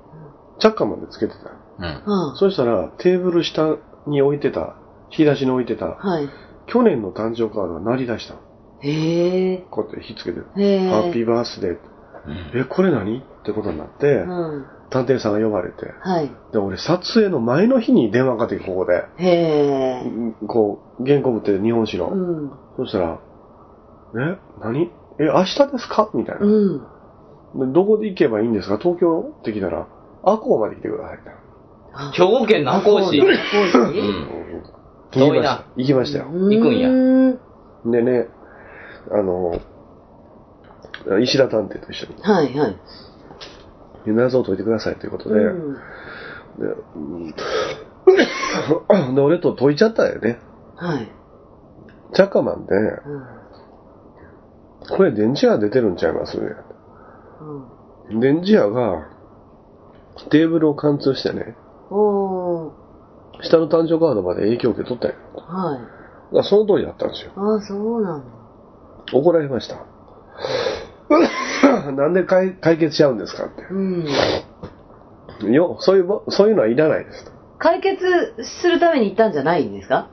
A: チャッカまでつけてた。
B: うん。
C: は
A: そしたら、テーブル下に置いてた、引き出しに置いて
C: あ、
A: た、
C: はい。
A: 去年の誕生カードが鳴り出したの。
C: へえ。
A: こうやって引っつけてる。
C: へえ。
A: ハッピーバースデー。え、これ何ってことになって
C: う、ん。
A: 探偵さんが呼ばれて。
C: はい。
A: で、俺、撮影の前の日に電話かけてきて、ここで。
C: へえ。
A: こう、原稿部って日本史の。
C: うん。
A: そしたら、え何え、明日ですかみたいな、
C: うん。
A: でどこで行けばいいんですか東京って来たら、アコーまで来てください。
C: あ
B: 兵庫県南高市。
C: あそう
B: う
C: 南
B: ん。
A: 行き
B: 遠い
A: ました
B: な。
A: 行きま
C: 高
A: し
C: 市
A: たよ。
B: 行くんや
C: う
A: でね、あの、石田探偵と一緒に
C: はいはい。
A: で謎を解いてくださいということで、
C: うん
A: でうんで俺と解いちゃったよね。
C: はい。
A: チャカマンで、
C: う
A: これ電磁波出てるんちゃいます
C: んうん。
A: 電磁波がテーブルを貫通してね、
C: おー。
A: 下の誕生カードまで影響を受け取ったんよ。
C: はい。
A: あその通りだったんですよ。
C: ああ、そうなんだ。
A: 怒られました。 なんで解解決しちゃうんですかっ
C: うん。
A: て。よ、そういうも、そういうのはいらないですと。
C: 解決するために行ったんじゃないんですか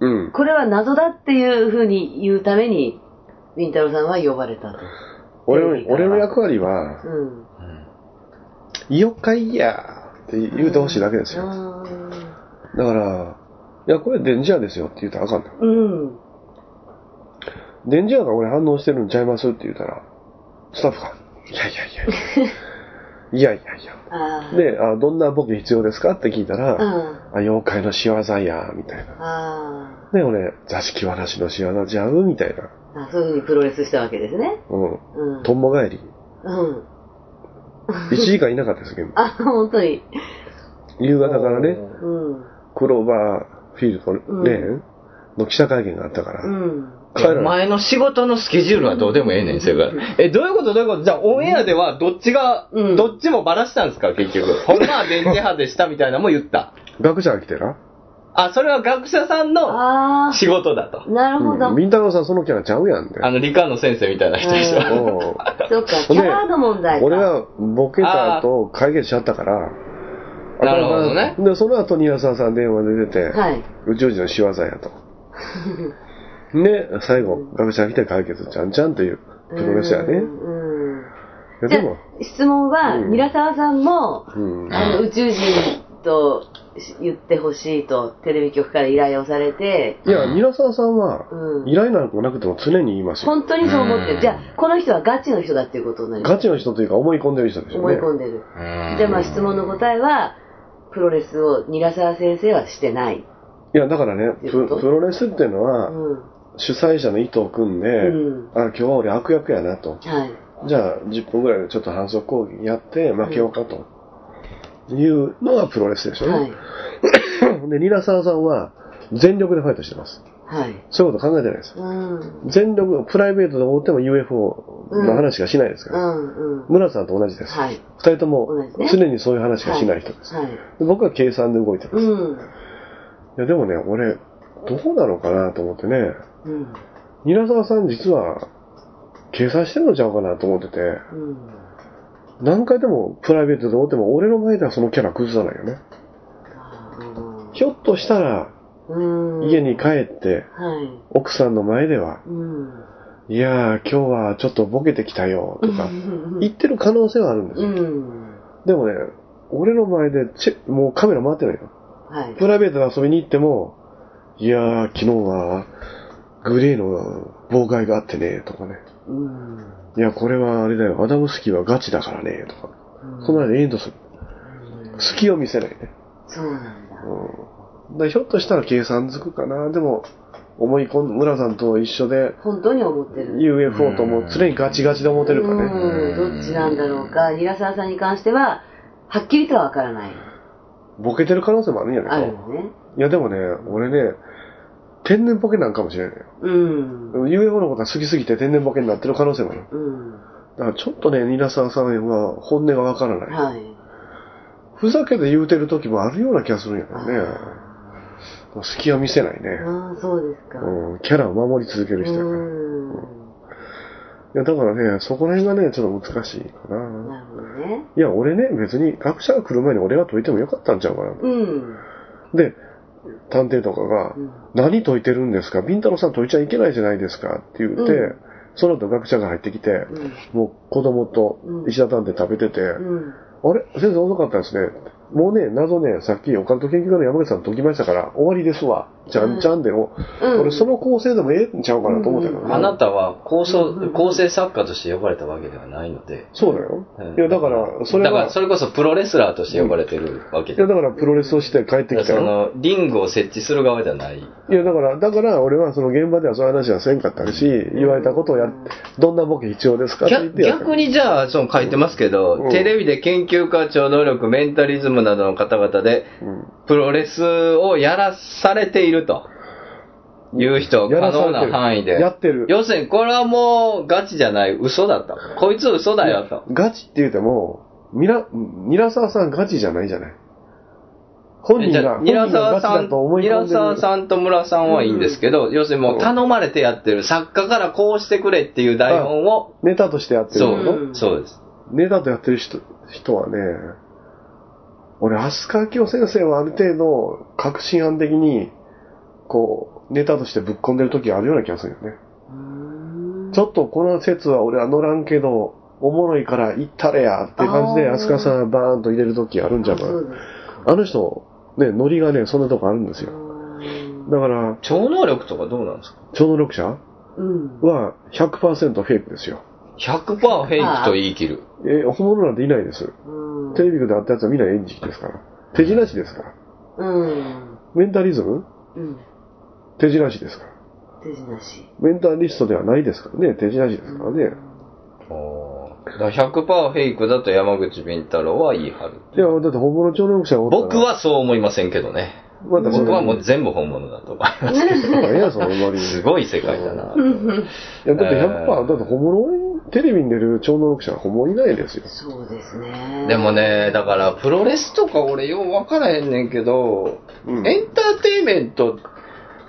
A: うん。
C: これは謎だっていうふうに言うために、りんたろーさんは呼ばれたと。
A: 俺の、俺の役割は、
C: うん。
A: よっかいやーって言うてほしいだけですよ。
C: あ
A: だから、いや、これ電磁波ですよって言うたらあかんの。
C: ーうん。
A: 電磁波が俺反応してるんちゃいますって言うたら、スタッフが、いやいやいやいや、いやいやいや。
C: あー
A: で、あどんなボケ必要ですかって聞いたら、
C: うん。
A: あ妖怪の仕業や、みたいな。
C: あ
A: で、俺、座敷わらしの仕業ちゃうみたいな。
C: ーあ。そういうふうにプロレスしたわけですね。
A: う。
C: うんん。
A: とんぼ返り。
C: うん。
A: 1時間いなかったですけど、
C: あ、本当に。
A: 夕方からね、
C: うん。
A: クローバーフィールドレーンの記者会見があったから、
C: うん。
A: 帰ら
B: お
A: ない。
B: 前の仕事のスケジュールはどうでもええねん、それから。え、どういうことどういうことじゃあ、オンエアではどっちが、
C: うん
B: どっちもバラしたんですか、結 局。ほんまは電磁波でしたみたいなのも言った。
A: 学者が来てな。
B: あ、それは学者さんの
C: あ
B: 仕事だと
C: あ。。なるほど。
A: うん。りんたろーさんそのキャラちゃうやんって。
B: あの、理科の先生みたいな人でしょ。
C: うん
A: おう
C: そっか、
A: ほ
C: キ
A: んで
C: ャラの問題か。
A: 俺はボケた後解決しちゃったから、
B: なるほどね
A: あで、その後に安田さん電話で出て、
C: はい。
A: 宇宙人の仕業やと。 ね、最後、学者が来て解決ちゃんちゃんっていうプロレスやね。
C: うん。うん
A: いや
C: じゃ
A: で
C: あ
A: も、
C: 質問は、
A: うん
C: 韮沢さんも、
A: うん。
C: あの宇宙人とし言ってほしいとテレビ局から依頼をされて、
A: いや、皆沢さんは、
C: うん
A: 依頼なんかなくても常に言いますよ。
C: 本当にそう思って
B: うん
C: る。じゃあ、この人はガチの人だっていうことになりま
A: ガ
C: す。
A: チの人というか思い込んでる人ですよ
C: 思い
A: ね。
C: 込んでる。
B: うん
C: じゃあ、まあ質問の答えは、プロレスを韮沢先生はしてない。
A: いや、だからね、
C: どういう
A: プ
C: こと
A: プロレスっていうの
C: う
A: は、
C: ん。
A: 主催者の意図を組んで、
C: うん
A: あ、今日は俺悪役やなと。
C: はい。
A: じゃあ、10分ぐらいでちょっと反則攻撃やって負けようかと。いうのがプロレスでしょ、
C: はい。
A: で、ニラサワさんは全力でファイトしてます。
C: はい。
A: そういうこと考えてないです。
C: うん。
A: 全力、プライベートで追っても UFO の話がしないですか
C: う
A: ら。
C: ん。うん。
A: 村さんと同じです。
C: はい。
A: 二人とも
C: 同じね
A: 常にそういう話がしない人です。
C: はい。
A: で僕は計算で動いてます。
C: う
A: い
C: ん。
A: やでもね、俺、どうなのかなと思ってね。
C: うん。
A: 稲沢さん実は、計算してるのちゃうかなと思ってて、
C: うん。
A: 何回でもプライベートで思っても、俺の前ではそのキャラ崩さないよね。ひょっとしたら、
C: うん。
A: 家。に帰って、
C: はい。
A: 奥さんの前では、
C: うん。
A: いやー、今日はちょっとボケてきたよ、とか、言ってる可能性はあるんです
C: う
A: よ。
C: ん。
A: でもね、俺の前でチェ、もうカメラ回ってないよ。
C: はい。
A: プライベートで遊びに行っても、いやー、昨日は、グレーの妨害があってね、とかね。
C: うん。
A: いや、これはあれだよ、アダムスキーはガチだからね、とか。その間でエンドする。隙を見せないね。
C: そうなんだ。
A: うん。だからひょっとしたら計算づくかな。でも、思い込ん村さんと一緒で、
C: 本当に思ってる。
A: UFO とも常にガチガチで思ってるからね。
C: うん。どっちなんだろうか。ニラサワさんに関しては、はっきりとはわからない。
A: ボケてる可能性もあるんじゃ
C: あ
A: ない
C: る
A: か。
C: のね。
A: いや、でもね、俺ね、天然ボケなんかもしれないよ。
C: うん。
A: UFO のことが好きすぎて天然ボケになってる可能性もある。
C: うん。
A: だからちょっとね、ニラサワさんは本音がわからない。
C: はい。
A: ふざけて言うてる時もあるような気がするんやろね。もう隙は見せないね。
C: ああ、そうですか。
A: うん、キャラを守り続ける
C: う
A: 人やから。い
C: ん。
A: や、だからね、そこら辺がね、ちょっと難しいかな。
C: なるほどね。
A: いや、俺ね、別に学者が来る前に俺が解いてもよかったんちゃうかな。
C: うん。
A: で、探偵とかが、
C: うん
A: 何解いてるんですかビンタロウさん解いちゃいけないじゃないですかって言って、
C: うん
A: その後学者が入ってきて、
C: うん。
A: もう子供と
C: うん
A: 石田探偵食べてて、
C: うん。
A: あれ先生遅かったですね。もうね、謎ね、さっきオカルト研究家の山口さん解きましたから、終わりですわ。じゃんじゃんでも、
C: うん
A: 俺その構成でもええんちゃうかなと思ったけどね
B: あなたは構想、構成作家として呼ばれたわけではないので。
A: そうだよ
B: う。ん
A: いや、だから、それ
B: だか
A: は
B: ら、、それこそプロレスラーとして呼ばれてるわけ
A: い
B: で。
A: や、だからプロレスをして帰ってきた
B: そ
A: よ。
B: の、リングを設置する側じゃない。
A: いや、だから、だから俺はその現場ではそういう話はせんかったし、言われたことをやっ、どんなボケ必要ですかって言ってやった
B: 逆にじゃあ、その書いてますけど、
A: うん
B: テレビで研究家、超能力、メンタリズムなどの方々で、
A: うん
B: プロレスをやらされていると。いう
A: や
B: 人、可
A: らされ
B: 能
A: てる
B: な範囲で。
A: やってる
B: 要するに、これはもう、ガチじゃない、嘘だった。こいつ嘘だよ、と。
A: ガチって言うても、ミラ、ニラサワさんガチじゃないじゃない。本人
B: じ
A: が、
B: ゃあ
A: 本人
B: 韮
A: がガチ
B: 沢さん、
A: だと思い込ん
B: 韮
A: でる
B: 沢。さんと村さんはいいんですけど、要するにもう頼まれてやってる、作家からこうしてくれっていう台本を、
A: ネタとしてやってる
B: そ
A: の、
B: う、そうです。
A: ネタとやってる人人はね、俺、飛鳥清先生はある程度、革新案的に、こう、ネタとしてぶっ込んでる時があるような気がするよね。ちょっとこの説は俺は乗らんけど、おもろいから行ったれやっていう感じで、
C: あー
A: 飛鳥さんバーンと入れる時があるんじゃ
C: あ
A: な
C: そ
A: いう
C: です
A: あの人、ね、ノリがね、そんなとこあるんですよ。だから、
B: 超能力とかどうなんですか
A: 超能力者
C: うん。
A: は100%フェイクですよ。
B: ?100% フェイクと言い切る。
A: えー本物なんていないです。
C: うん。
A: テレビ局で会ったやつはみんな演じですから。手品師ですから。
C: うん。
A: メンタリズム
C: うん。
A: 手品師ですから。
C: 手品師。
A: メンタリストではないですからね。手品師ですからね。
B: おーだから100%フェイクだと山口敏太郎は言い張る。
A: いや、だって本物超能力者がおったら
B: 僕、はそう思いませんけどね。
A: またそれ
B: 僕はもう全部本物だと思い ます。
A: 何や、そのノリ。
B: す
A: い
B: ごい世界 だな。
A: や、だって100%、
B: えー
A: だって本物、テレビに出る超能力者は本物いないですよ。
C: そうですね。
B: でもね、だから、プロレスとか俺よう分からへんねんけど、
A: うん
B: エンターテインメント、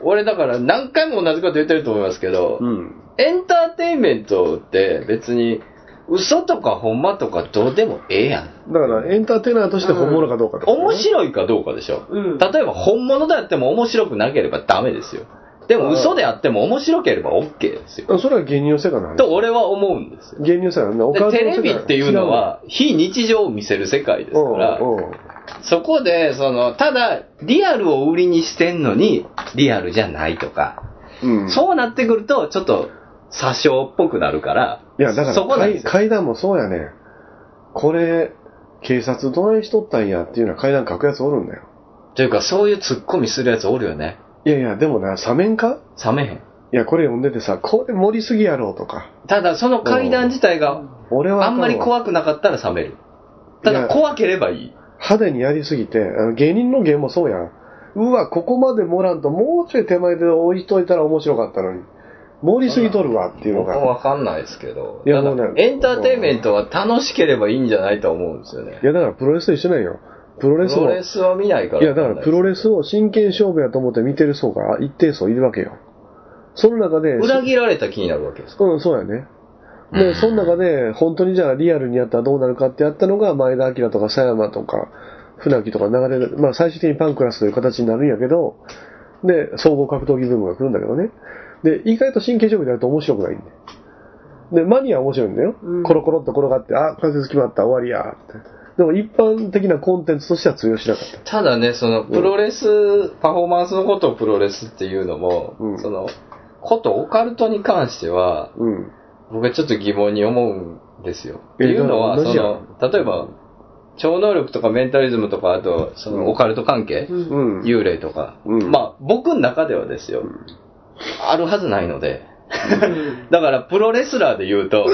B: 俺だから何回も同じこと言ってると思いますけど、
A: うん。
B: エンターテインメントって別に、嘘とかほんまとかどうでもええやん。
A: だから、エンターテイナーとして本物かどうかってことね
B: 面白いかどうかでしょ。
C: うん
B: 例えば本物であっても面白くなければダメですよ。でも嘘であっても面白ければ OK ですよ。
A: あそれは芸人の世界の話。
B: と俺は思うんですよ。
A: 芸人の世界の
B: で
A: 話。
B: テレビっていうのは非日常を見せる世
A: 違
B: 界です
A: う
B: か
A: の、
B: ら、
A: うんうん
B: そこで、その、ただ、リアルを売りにしてんのに、リアルじゃないとか、
A: うん
B: そうなってくると、ちょっと、詐称っぽくなるから、
A: いや、だから
B: そこなんで
A: 階、
B: すよ。
A: 階段もそうやね。これ、警察どないしとったんやっていうような階段書くやつおるんだよ。
B: というか、そういうツッコミするやつおるよね。
A: いやいや、でもな、左面か
B: 冷めへん。
A: いや、これ読んでてさ、これ盛りすぎやろとか。
B: ただ、その階段自体が、
A: 俺は
B: あんまり
A: い。
B: 怖くなかったら冷める。た
A: い
B: だ、
A: や
B: 怖ければいい。
A: 派手にやりすぎて、あの芸人の芸もそうやん。うわ、ここまでもらんと、もうちょい手前で置いといたら面白かったのに。盛りすぎとるわっていうの
B: 僕は
A: が。
B: わかんないですけど、
A: いや
B: た
A: も
B: だ
A: うね
B: エンターテインメントは楽しければいいんじゃないと思うんですよね
A: い。や、だからプロレスと一緒なんよ。プロ
B: プ
A: レスを
B: ロ、レスは見ないから。
A: いや、だからプロレスを真剣勝負やと思って見てる層が一定層いるわけよ。その中で、
B: 裏切られた気になるわけですか。
A: うん、そうやね。で、その中で、本当にじゃあリアルにやったらどうなるかってやったのが、前田明とか佐山とか、船木とか流れる、まあ最終的にパンクラスという形になるんやけど、で、総合格闘技ブームが来るんだけどね。で、意外と神経勝負でやると面白くないんで。で、マニアは面白いんだよ。
C: うん
A: コロコロっと転がって、あ、関節決まった、終わりや。ってでも一般的なコンテンツとしては通用しなかった。
B: ただね、その、プロレス、パフォーマンスのことをプロレスっていうのも、
A: うん
B: その、ことオカルトに関しては、
A: うん。
B: 僕はちょっと疑問に思うんですよ。って
A: え
B: いうのは、
A: だか
B: そ
A: ら
B: の、例えば、超能力とかメンタリズムとか、あと、そ
A: うん
B: の、オカルト関係、
C: うん
A: うん。
B: 幽霊とか、
A: うん
B: まあ、僕の中ではですよ、あるはずないので、だから、プロレスラーで言うと、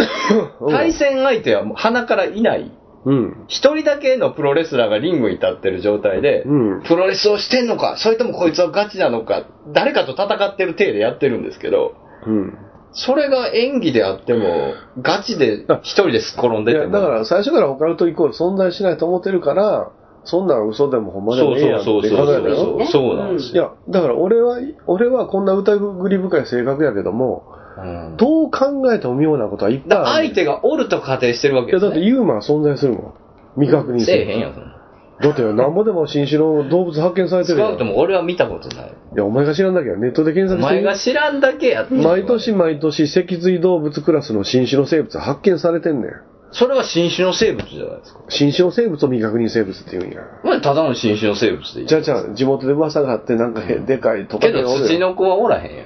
A: うん
B: 対戦相手はもう鼻からいない。
A: うん。
B: 一人だけのプロレスラーがリングに立ってる状態で、
A: うん。
B: プロレスをしてんのか、それともこいつはガチなのか、誰かと戦ってる体でやってるんですけど、
A: うん。
B: それが演技であっても、ガチで一人ですっ転ん
A: い
B: でて
A: や、
B: も。
A: だから最初からオカルトイコール存在しないと思ってるから、そんなん嘘でもほんまで
B: そ
A: も
B: う
A: ええやんって
B: そ
A: 考
B: うそう
A: え
B: そう
A: た
B: そ
A: よ。
B: う。そうなんです
A: い
B: よ。
A: や、だから俺は、俺はこんな疑り深い性格やけども、
B: うんだか
A: どう考えても妙なことはいっぱい
B: ら
A: ある。
B: 相手がおると仮定してるわ
A: い
B: け
A: や、
B: です
A: だ
B: ね。
A: ってユーマは存在するもん。未確認
B: せえ
A: 性。
B: へんやん、そんな
A: だってよ、なんぼでも新種の動物発見されて
B: 少
A: るやん。
B: なくとも俺は見たことない。
A: いや、お前が知らんだけど、ネットで検索
B: お
A: して
B: 前
A: み
B: が知らんだけやって。
A: 毎年。毎年、脊髄動物クラスの新種の生物発見されてんねん。
B: それは新種の生物じゃないですか。
A: 新種の生物を未確認生物って言うんや。
B: まあただの新種の生物でいい。
A: じゃあじゃあ、地元で噂があって、なんかへ、でかいトカ
B: け
A: ゲがお
B: ど
A: るやん
B: 土の子はおらへんやん。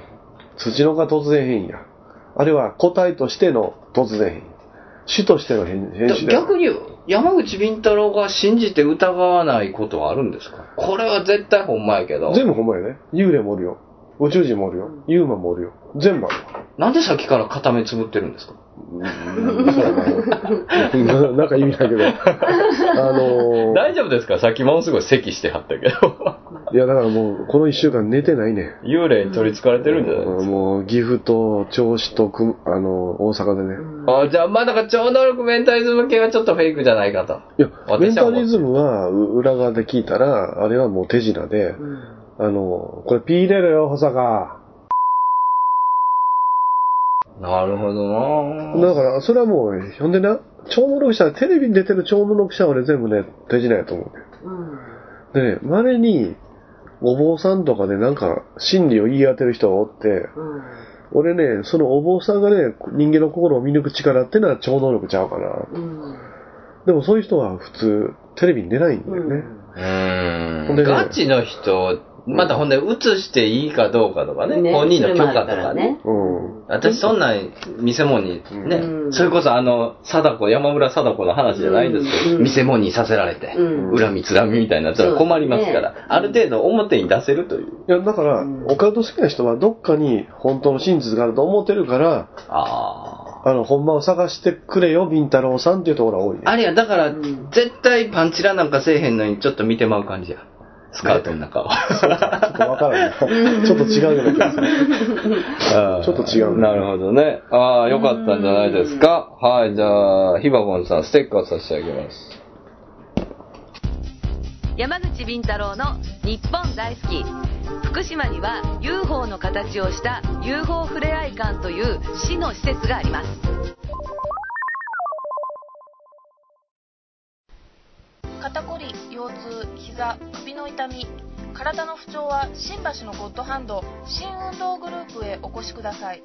A: 土のが突然変異や。あれは個体としての突然変異。種としての変変種だよ
B: 逆に山口敏太郎が信じて疑わないことはあるんですかこれは絶対ほんまやけど
A: 全部ほんまやね。幽霊もおるよ。宇宙人もおるよ。ユーマもおるよ。全部あるわ。
B: なんでさっきから片目つぶってるんですか
A: ななんか意味ないけど。あのー、
B: 大丈夫ですかさっきものすごい咳してはったけど
A: いやだからもう、この一週間寝てないね。
B: 幽霊に取りつかれてるんじゃないですか、
A: もう、岐阜と銚子とく、あのー、大阪でね。
B: あじゃあまあだから超能力メンタリズム系はちょっとフェイクじゃないかと
A: いや、メン
B: 私は
A: タ
B: もう
A: リズムはう裏側で聞いたら、あれはもう手品で、あのー、これピー入れろよ、保坂。
B: なるほどな
A: だから、それはもう、ほんでな、超能力者、テレビに出てる超能力者は俺全部ね、手品やと思うね。でね、稀に、お坊さんとかでなんか、真理を言い当てる人がおって、俺ね、そのお坊さんがね、人間の心を見抜く力ってのは超能力ちゃうかな。でもそういう人は普通、テレビに出ないんだよね。
B: うー
A: ほん
B: ん
A: でね
B: ガチの人またほんで映していいかどうかとかね
C: ね
B: 本人の許可と
C: それもあ
B: か
C: るから
B: ね
C: ね
A: うん。
B: 私そんなん見せ物にね、
C: うん
B: それこそあの貞子山村貞子の話じゃないですけど、
C: うん
B: 見せ物にさせられて、
C: うん
B: 恨みつらみみたいになったら困りますから、
C: そうですね
B: ある程度表に出せるという
A: いや、だから、オカルト好きな人はどっかに本当の真実があると思ってるから、
B: ああ
A: あの、ほんまを探してくれよ、ビンタロウさんっていうところが多いね。
B: あれやだから、
C: ん
B: 絶対パンチラなんかせえへんのにちょっと見てまう感じやスカートの中 を、
A: ちょっとわからんな。ちょっと違うような気がする。
B: あー
A: ちょっと違うね
B: なるほどねああよかったんじゃないですかはいじゃあひばぼんさんステッカー差し上げます
C: 山口敏太郎の日本大好き福島には UFO の形をした UFO ふれあい館という市の施設があります
G: 肩こり腰痛膝首の痛み体の不調は新橋のゴッドハンド新運動グループへお越しください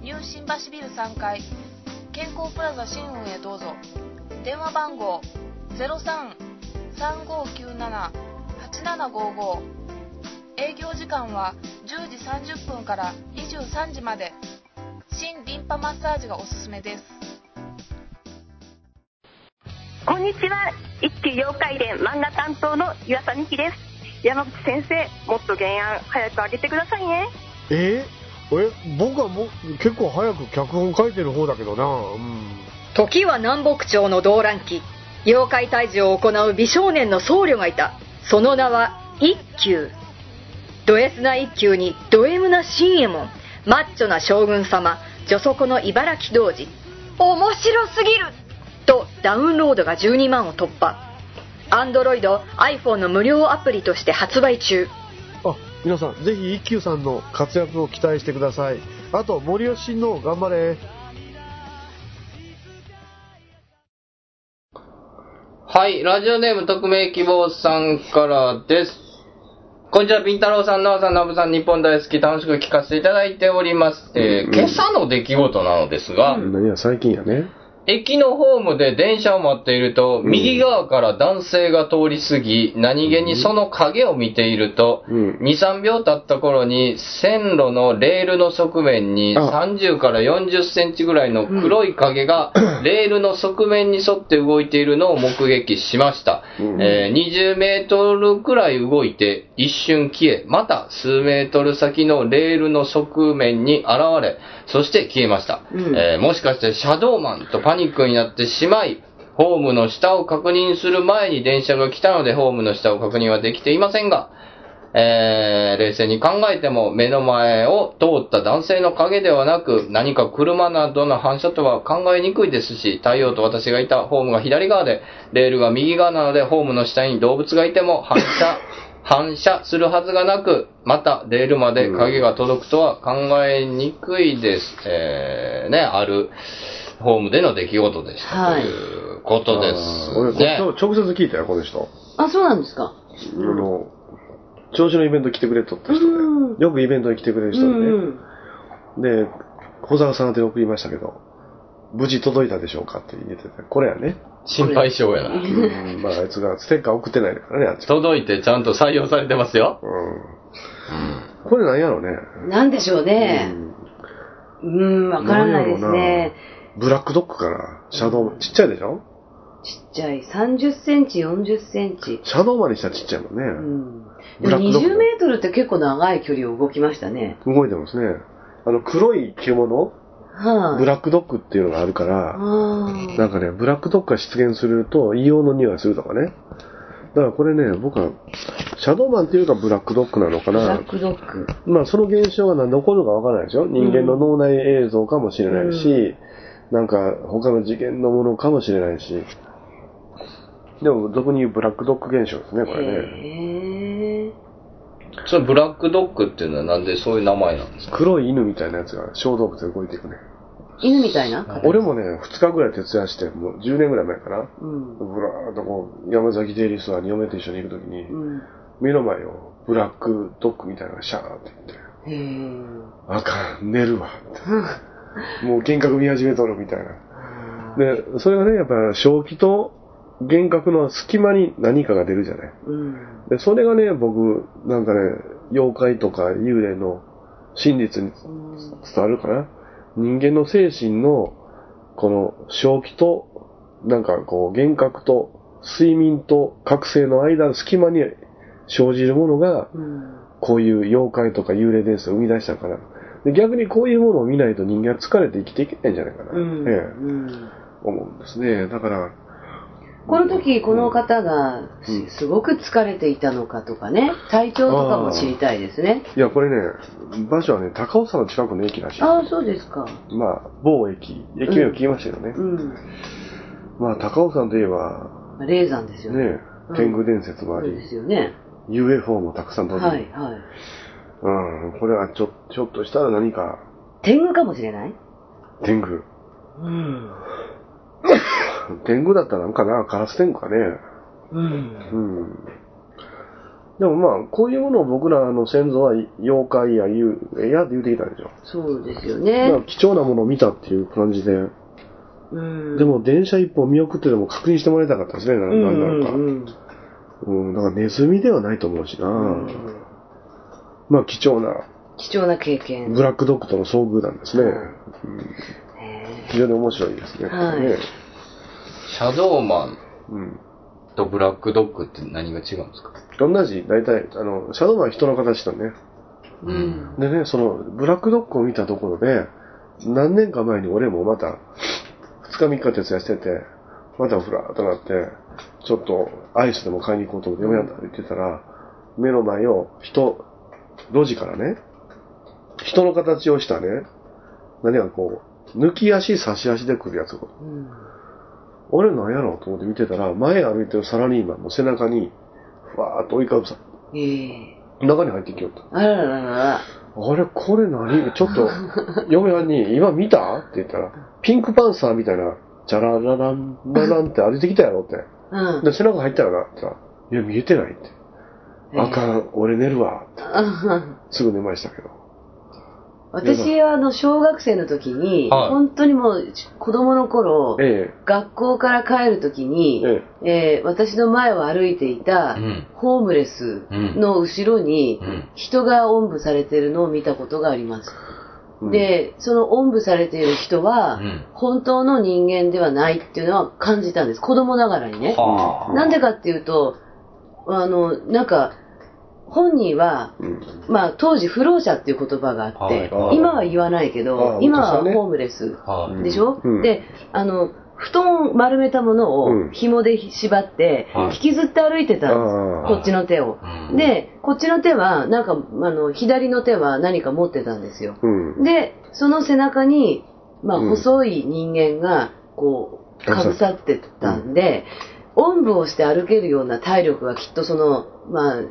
G: ニュー新橋ビル3階健康プラザ新運へどうぞ電話番号0335978755営業時間は10時30分から23時まで新リンパマッサージがおすすめです
H: こんにちは一級妖怪伝漫画担当の岩佐美希です山口先生もっと原案早く上げてくださいね
I: ええ僕はもう結構早く脚本書いてる方だけどなうん
J: 時は南北朝の動乱期妖怪退治を行う美少年の僧侶がいたその名は一休ド S な一休にド M な新右衛門マッチョな将軍様女底の茨城童子面白すぎるとダウンロードが12万を突破 Android、iPhone の無料アプリとして発売中。
I: あ皆さんぜひ一休さんの活躍を期待してくださいあと森吉の頑張れ
B: はい、ラジオネーム匿名希望さんからです。こんにちは、ピンタロウさん、ノアさん、ナブさん、日本大好き、楽しく聞かせていただいております。えー今朝の出来事なのですが、
A: 何や、最近やね。
B: 駅のホームで電車を待っていると、右側から男性が通り過ぎ、何気にその影を見ていると、
A: うん。
B: 2、3秒経った頃に、線路のレールの側面に
A: あ
B: 30から40センチぐらいの黒い影が、レールの側面に沿って動いているのを目撃しました。
A: うん
B: えー20メートルくらい動いて、一瞬消え、また数メートル先のレールの側面に現れ、そして消えました。
A: うん
B: えーもしかしてシャドーマンとパニックになってしまい、ホームの下を確認する前に電車が来たので、ホームの下を確認はできていませんが、えー冷静に考えても目の前を通った男性の影ではなく何か車などの反射とは考えにくいですし太陽と私がいたホームが左側でレールが右側なのでホームの下に動物がいても反射反射するはずがなくまたレールまで影が届くとは考えにくいです、えーねあるホームでの出来事でした、
C: はい
B: ということで
A: あー俺、
B: す
A: こ
B: ね
A: っちを直接聞いたよ、この人。
C: あ、そうなんですか。
A: あの、調子のイベント来てくれとった人
C: うん
A: で、よくイベントに来てくれる
C: う
A: 人でね。
C: ん
A: で、小沢さん宛てに送りましたけど、無事届いたでしょうかって言ってた。これやね。
B: 心配性やな
A: うん、まああいつがステッカー送ってないからね、あっちが。
B: 届いてちゃんと採用されてますよ
A: うん。これなんやろうね。
C: うん。なんでしょうね。うん、わからないです
A: なんや
C: ね
A: ろ。うな。ブラックドッグかな。シャドウ、ちっちゃいでしょ
C: ちっちゃい。30センチ、40センチ。
A: シャドウまでしたらちっちゃいもんね。
C: うん。
A: ブ
C: で
A: ラ
C: も
A: ックドッグ
C: 20メートルって結構長い距離を動きましたね。
A: 動いてますね。あの、黒い獣、
C: はい、
A: ブラックドッグっていうのがあるから、
C: あ
A: なんかね、ブラックドッグが出現すると、硫黄の匂いするとかね。だからこれね、僕は、シャドウマンっていうかブラックドッグなのか
C: ブラ
A: な
C: ッ。クドッグ。
A: まあ、その現象が何で起こるのかわからないでしょ人間の脳内映像かもしれないし、なんか他の事件のものかもしれないし。でも、俗に言うブラックドッグ現象ですね、これね。
C: へえ。
B: そのブラックドッグっていうのはなんでそういう名前なんですか
A: 黒い犬みたいなやつが小動物で動いていくね。
C: 犬みたいな形。
A: 俺もね、2日ぐらい徹夜して、もう10年ぐらい前かな。
C: うん。
A: ブラーっとこう、山崎デイリーストアに嫁と一緒に行くときに、
C: うん。
A: 目の前をブラックドッグみたいなのがシャーって行って、
C: へえ。
A: あかん、寝るわ、って。もう幻覚見始めとるみたいな。で、それがね、やっぱ正気と幻覚の隙間に何かが出るじゃない。
C: うん。
A: で、それがね、僕、なんかね、妖怪とか幽霊の真実に伝わるかな。人間の精神の、この正気と、なんかこう、幻覚と、睡眠と覚醒の間の隙間に生じるものが、
C: うん。
A: こういう妖怪とか幽霊伝説を生み出したから。で逆にこういうものを見ないと人間は疲れて生きていけないんじゃないかな。
C: うん。
A: ええ
C: うん。
A: 思うんですね。だから、
C: この時、この方が
A: うん
C: すごく疲れていたのかとかね、体調とかも知りたいですね。
A: いや、これね、場所はね、高尾山の近くの駅らしい。
C: ああー、そうですか。
A: まあ、某駅、駅名を聞きましたけどね。
C: うん。
A: まあ、高尾山といえば、
C: 霊山ですよね。
A: ね、
C: うん
A: 天狗伝説も
C: そ
A: あ
C: う
A: り、
C: ですよね。
A: UFO もたくさん飛んでる、
C: はい、はい。
A: うん、これはちょちょっとしたら何か、
C: 天狗かもしれない
A: 天狗。
C: うん。
A: 天狗だったらなんかな、カラス天狗かね。
C: うん。
A: うん。でもまあ、こういうものを僕らの先祖は妖怪や幽霊やって言うてきたでしょ。
C: そうですよ
A: だから
C: ね。
A: 貴重なものを見たっていう感じで、
C: うん。
A: で、も電車一本見送ってでも確認してもらいたかったですね、な
C: うんんう
A: なんなん
C: ん
A: か。
C: うん。
A: うん、だからネズミではないと思うしな、
C: うん
A: まあ貴重な
C: 貴重な経験。
A: ブラックドッグとの遭遇なんですね、
C: うん
A: うん
C: へ
A: 非常に面白いですね、
C: はい
A: これね
B: シャドーマン
A: うん、
B: とブラックドッグって何が違うんですか
A: 同じ大体あのシャドウマンは人の形だね
B: うん。
A: でねそのブラックドッグを見たところで何年か前に俺もまた2日3日徹夜しててまたふらーっとなってちょっとアイスでも買いに行こうと思って嫁と歩いてたら目の前を人路地からね人の形をしたね何かこう抜き足差し足で来るやつが
C: うん。
A: 俺なんやろうと思って見てたら、前歩いてるサラリーマンの背中に、ふわーっと追いかぶさ、
C: ええ
A: 中に入ってきよった。
C: あらららら。
A: あれ、これ何ちょっ と、嫁はんに、今見たって言ったら、ピンクパンサーみたいな、チャラララン、ラランって歩いてきたやろって。
C: うん。
A: で、背中入ったよなって言ったら、いや、見えてないって。あかん、俺寝る わって。
C: うん
A: すぐ寝ましたけど。
C: 私はあの小学生の時に、
A: はい
C: 本当にもう子供の頃、
A: え
C: 学校から帰る時に、
A: え
C: えー私の前を歩いていた
B: ん
C: ホームレスの後ろに
B: ん
C: 人がおんぶされてるのを見たことがあります。で、そのおんぶされている人は、
B: ん
C: 本当の人間ではないっていうのは感じたんです。子供ながらにね。
B: はあ
C: なんでかっていうと、あの、なんか、本人は、まあ当時不老者っていう言葉があって、
A: はい
C: 今は言わないけ
A: あ
C: ど
A: あ、
C: 今
A: 昔はね
C: はホームレス
B: はい
C: でしょ、
A: うん
C: で、あの、布団丸めたもの
A: うん
C: を紐で縛って、
B: はい
C: 引きずって歩いてたんです。
A: あ
C: こっちの手を。
B: うん
C: で、こっちの手は、なんか、あの、左の手は何か持ってたんですよ。
A: あ。うん。
C: で、その背中に、まあ、
A: うん
C: 細い人間が、こう、かぶさってたんで、おんぶをして歩けるような体力はきっとその、まあ、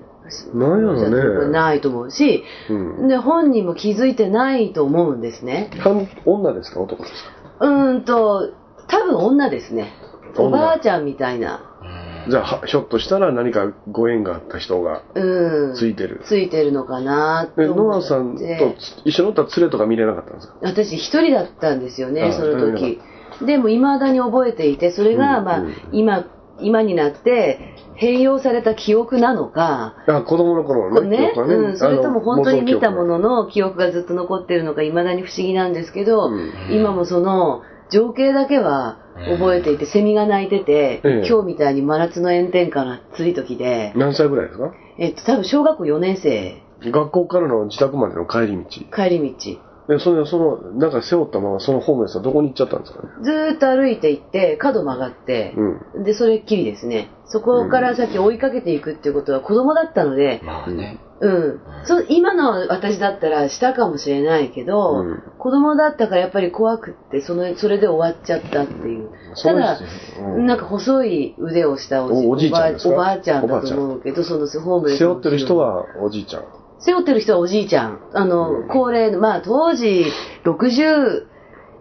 A: なんやろね。
C: ないと思うし、
A: うん。
C: で、本人も気づいてないと思うんですね。
A: かん女ですか男です
C: うーんと、多分女ですね。
A: 女
C: おばあちゃんみたいな、
A: かじゃあ、はひょっとしたら何かご縁があった人が
C: うん、
A: ついてる。
C: ついてるのかな
A: え、
C: と思
A: ノア
C: って。
A: さんとつ一緒に乗った連れとか見れなかったんですか
C: 私一人だったんですよ
A: あ
C: ね
A: あ、
C: その
A: 一人
C: 時。でも未だに覚えていて、それが、
A: うん
C: まあ
A: うん、
C: 今、今になって、併用された記憶なのか、
A: あ、子供の頃
C: こ
A: の
C: う
A: ね、
C: ね
A: 記憶は
C: うん、それとも本当に見たも
A: の
C: のの記憶がずっと残ってるのか、未だに不思議なんですけ
A: う
C: ど、
A: ん
C: 今もその、情景だけは覚えていて、セミが鳴いてて、
A: ええ
C: 今日みたいに真夏の炎天下の暑い時で
A: あ、の元記憶は何歳ぐらいですか
C: えっと、多分小学校4年生、
A: 学校からの自宅までの帰り道。
C: 帰り道。
A: で、それその、なんか背負ったままそのホームレスはどこに行っちゃったんですかね
C: ずーっと歩いていって、角曲がって、で、それっきりですね。そこから先追いかけていくっていうことは子供だったので、
B: まあね。
C: うん。そう今の私だったらしたかもしれないけど、
A: うん
C: 子供だったからやっぱり怖くって、その、それで終わっちゃったっていう。
A: そ
C: た
A: うで
C: だ
A: すね、うん
C: なんか細い腕をしたおじ
A: おおじいちゃんですか
C: おばあおばあちゃんだと思うけど、そのホームレス
A: 背負ってる人
C: は
A: はおじいちゃん。
C: 背負ってる人はおじいちゃん。あの、高齢の、まあ当時60、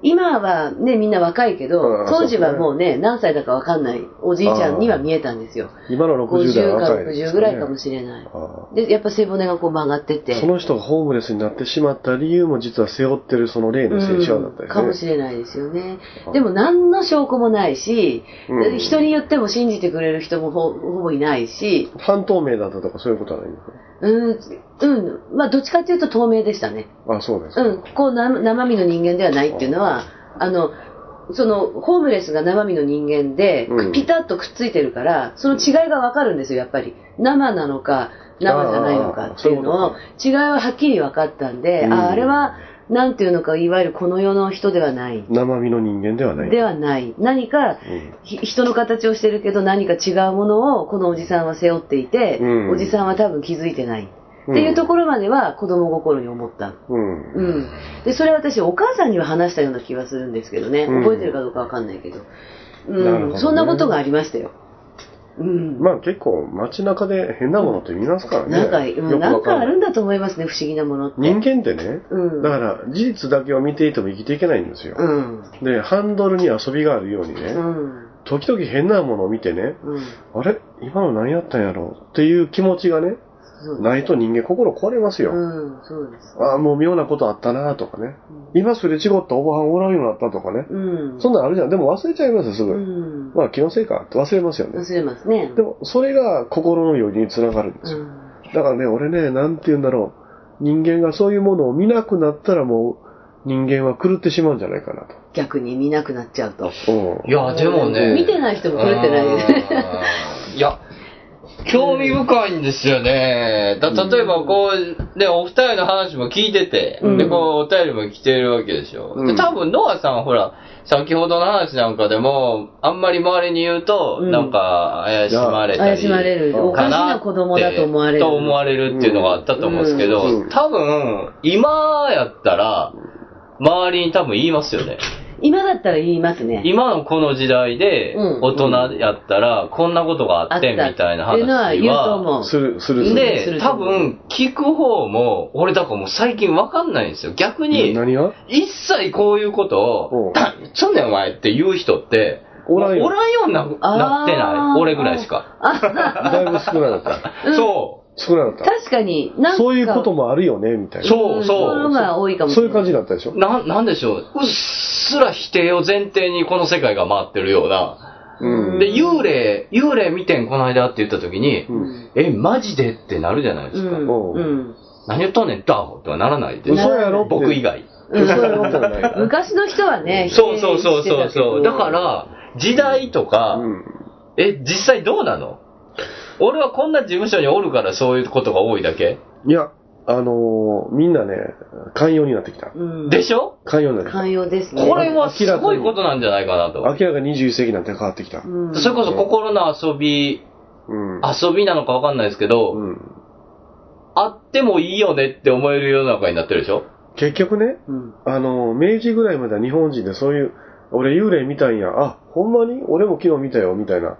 C: 今はね、みんな若いけ
A: う
C: ど
A: ん、
C: 当時はもうね、何歳だかわかんないおじいちゃんには見えたんですよ。
A: 今の60代
C: 50
A: は
C: か
A: 若いですね
C: 60ぐらいかもしれない。
A: ああ
C: で、やっぱ背骨がこう曲がってて。
A: その人がホームレスになってしまった理由も実は背負ってるその例の
C: う
A: 選
C: ん
A: 手だったりね。
C: かもしれないですよね
A: あ。
C: でも何の証拠もないし、
A: うん
C: 人に言っても信じてくれる人もほほぼいないし、
A: 半透明だったとかそういうことはないんですか
C: うん、うん、まあどっちかっていうと透明でしたね。
A: あ、そうですか。
C: うん、こうな生身の人間ではないっていうのは、あの、そのホームレスが生身の人間で、
A: うん
C: ピタッとくっついてるから、その違いがわかるんですよ、やっぱり。生なのか、生じゃないのかっていうの
A: あー
C: を、違いははっきり分かったんで、
A: うん
C: ああれは、なんていうのか、いわゆるこの世の人ではない。
A: 生身の人間ではない。
C: ではない。何か、ひ人の形をしてるけど、何か違うものを、このおじさんは背負っていて、
A: うん
C: おじさんは多分気づいてない。っていうところまでは、子供心に思った。
A: うん。
C: うん、でそれ私お母さんには話したような気がするんですけどね
A: うん
C: 覚えてるかどうかわかんないけど,、うん
A: なるほどね
C: そんなことがありましたよ、うん
A: まあ結構街中で変なものって見ますからね。
C: なんか、うん
A: よく
C: な
A: わ
C: んか
A: か
C: あ
A: る
C: るんだと思いますね不思議なものって
A: 人間ってね、
C: うん
A: だから事実だけを見ていても生きていけないんですよ。
C: うん
A: で、ハンドルに遊びがあるようにね、
C: うん
A: 時々変なものを見てね、
C: うん
A: あれ今の何やったんやろうっていう気持ちがね、
C: そう
A: ないと人間心壊れますよ。
C: うんそうです
A: ああ、もう妙なことあったなとかね。今すれ違ったおばはんおらんようになったとかね。
C: うん
A: そんなんあるじゃん。でも忘れちゃいますよ、すぐ。
C: うん
A: まあ気のせいかって忘れますよね。
C: 忘れますね
A: でも、それが心の余裕につながるんです
C: う
A: よ。
C: ん
A: だからね、俺ね、なんて言うんだろう。人間がそういうものを見なくなったらもう、人間は狂ってしまうんじゃないかなと。
C: 逆に見なくなっちゃうと
A: うん
B: いや、でもね。
C: 見てない人も撮れてないよね
B: うんいや、興味深いんですよね。だ例えば、こう、ね、お二人の話も聞いてて、
C: うん
B: で、こう、お便りも来てるわけでしょ。
A: う
B: で、
A: ん
B: 多分、ノアさん、ほら、先ほどの話なんかでも、あんまり周りに言うと、
C: うん
B: なんか、怪しまれたり。
C: 怪しまれるおかしな子供だと思われる
B: と思われるっていうのがあったと思うんですけど、
A: うん
B: 多分、今やったら、周りに多分言いますよね。
C: 今だったら言いますね。
B: 今のこの時代で
C: うん
B: 大人やったらこんなことがあってみ
C: あった
B: いな話
C: っていうのは言うと思
B: は
C: う
A: する、する、する。
C: す
B: で
C: る
B: 多分聞く方も俺だからもう最近わかんないんですよ逆に
A: 何が
B: 一切こういうこと
A: うん
B: を「なんちょんねんお前」って言う人って
A: おらんよ
B: おらんようにな
C: あー
B: なってない俺ぐらいしか
A: だいぶ少なかった。
C: うん
B: そ
A: 少なかっ
C: 確かに、な
A: た。
C: んか。
A: そういうこともあるよね、みたいうな。
B: そう
C: そういうの
B: そ
C: が多いかもし
A: そう
C: れ
A: いう
C: ない。
A: 感じだったでしょ
B: うななんでしょううっすら否定を前提にこの世界が回ってるような
A: うん。
B: で幽霊幽霊見てんこの間って言った時に
A: う
C: うん
A: ん。
B: えマジでってなるじゃないですか、
A: もう
C: うん。
B: 何言っとんねんダーホとはならないで
A: 嘘やろって
B: 僕以外
C: うん
A: 嘘やろってはないから。
C: 昔の人はね、、
B: そうそうそうそうそう。だからら、時代とか、
A: うん。
B: え、実際どうなの俺はこんな事務所におるからそういうことが多いだけ
A: いや、あのーみんなね、寛容になってきた。
C: うん、
B: でしょ
A: 寛容になってき
C: 寛容ですね。
B: これはすごいことなんじゃないかなと。
A: た。明らかに21世紀なんて変わってきた。う
C: うん、
B: それこそ心の遊び、
A: ん。
B: 遊びなのかわかんないですけ
A: う
B: ど、
A: ん。
B: あってもいいよねって思える世の中になってるでしょ
A: 結局ね、
C: うん
A: あのー明治ぐらいまでは日本人でそういう、俺幽霊見たんや、あ、ほんまに俺も昨日見たよ、みたいな。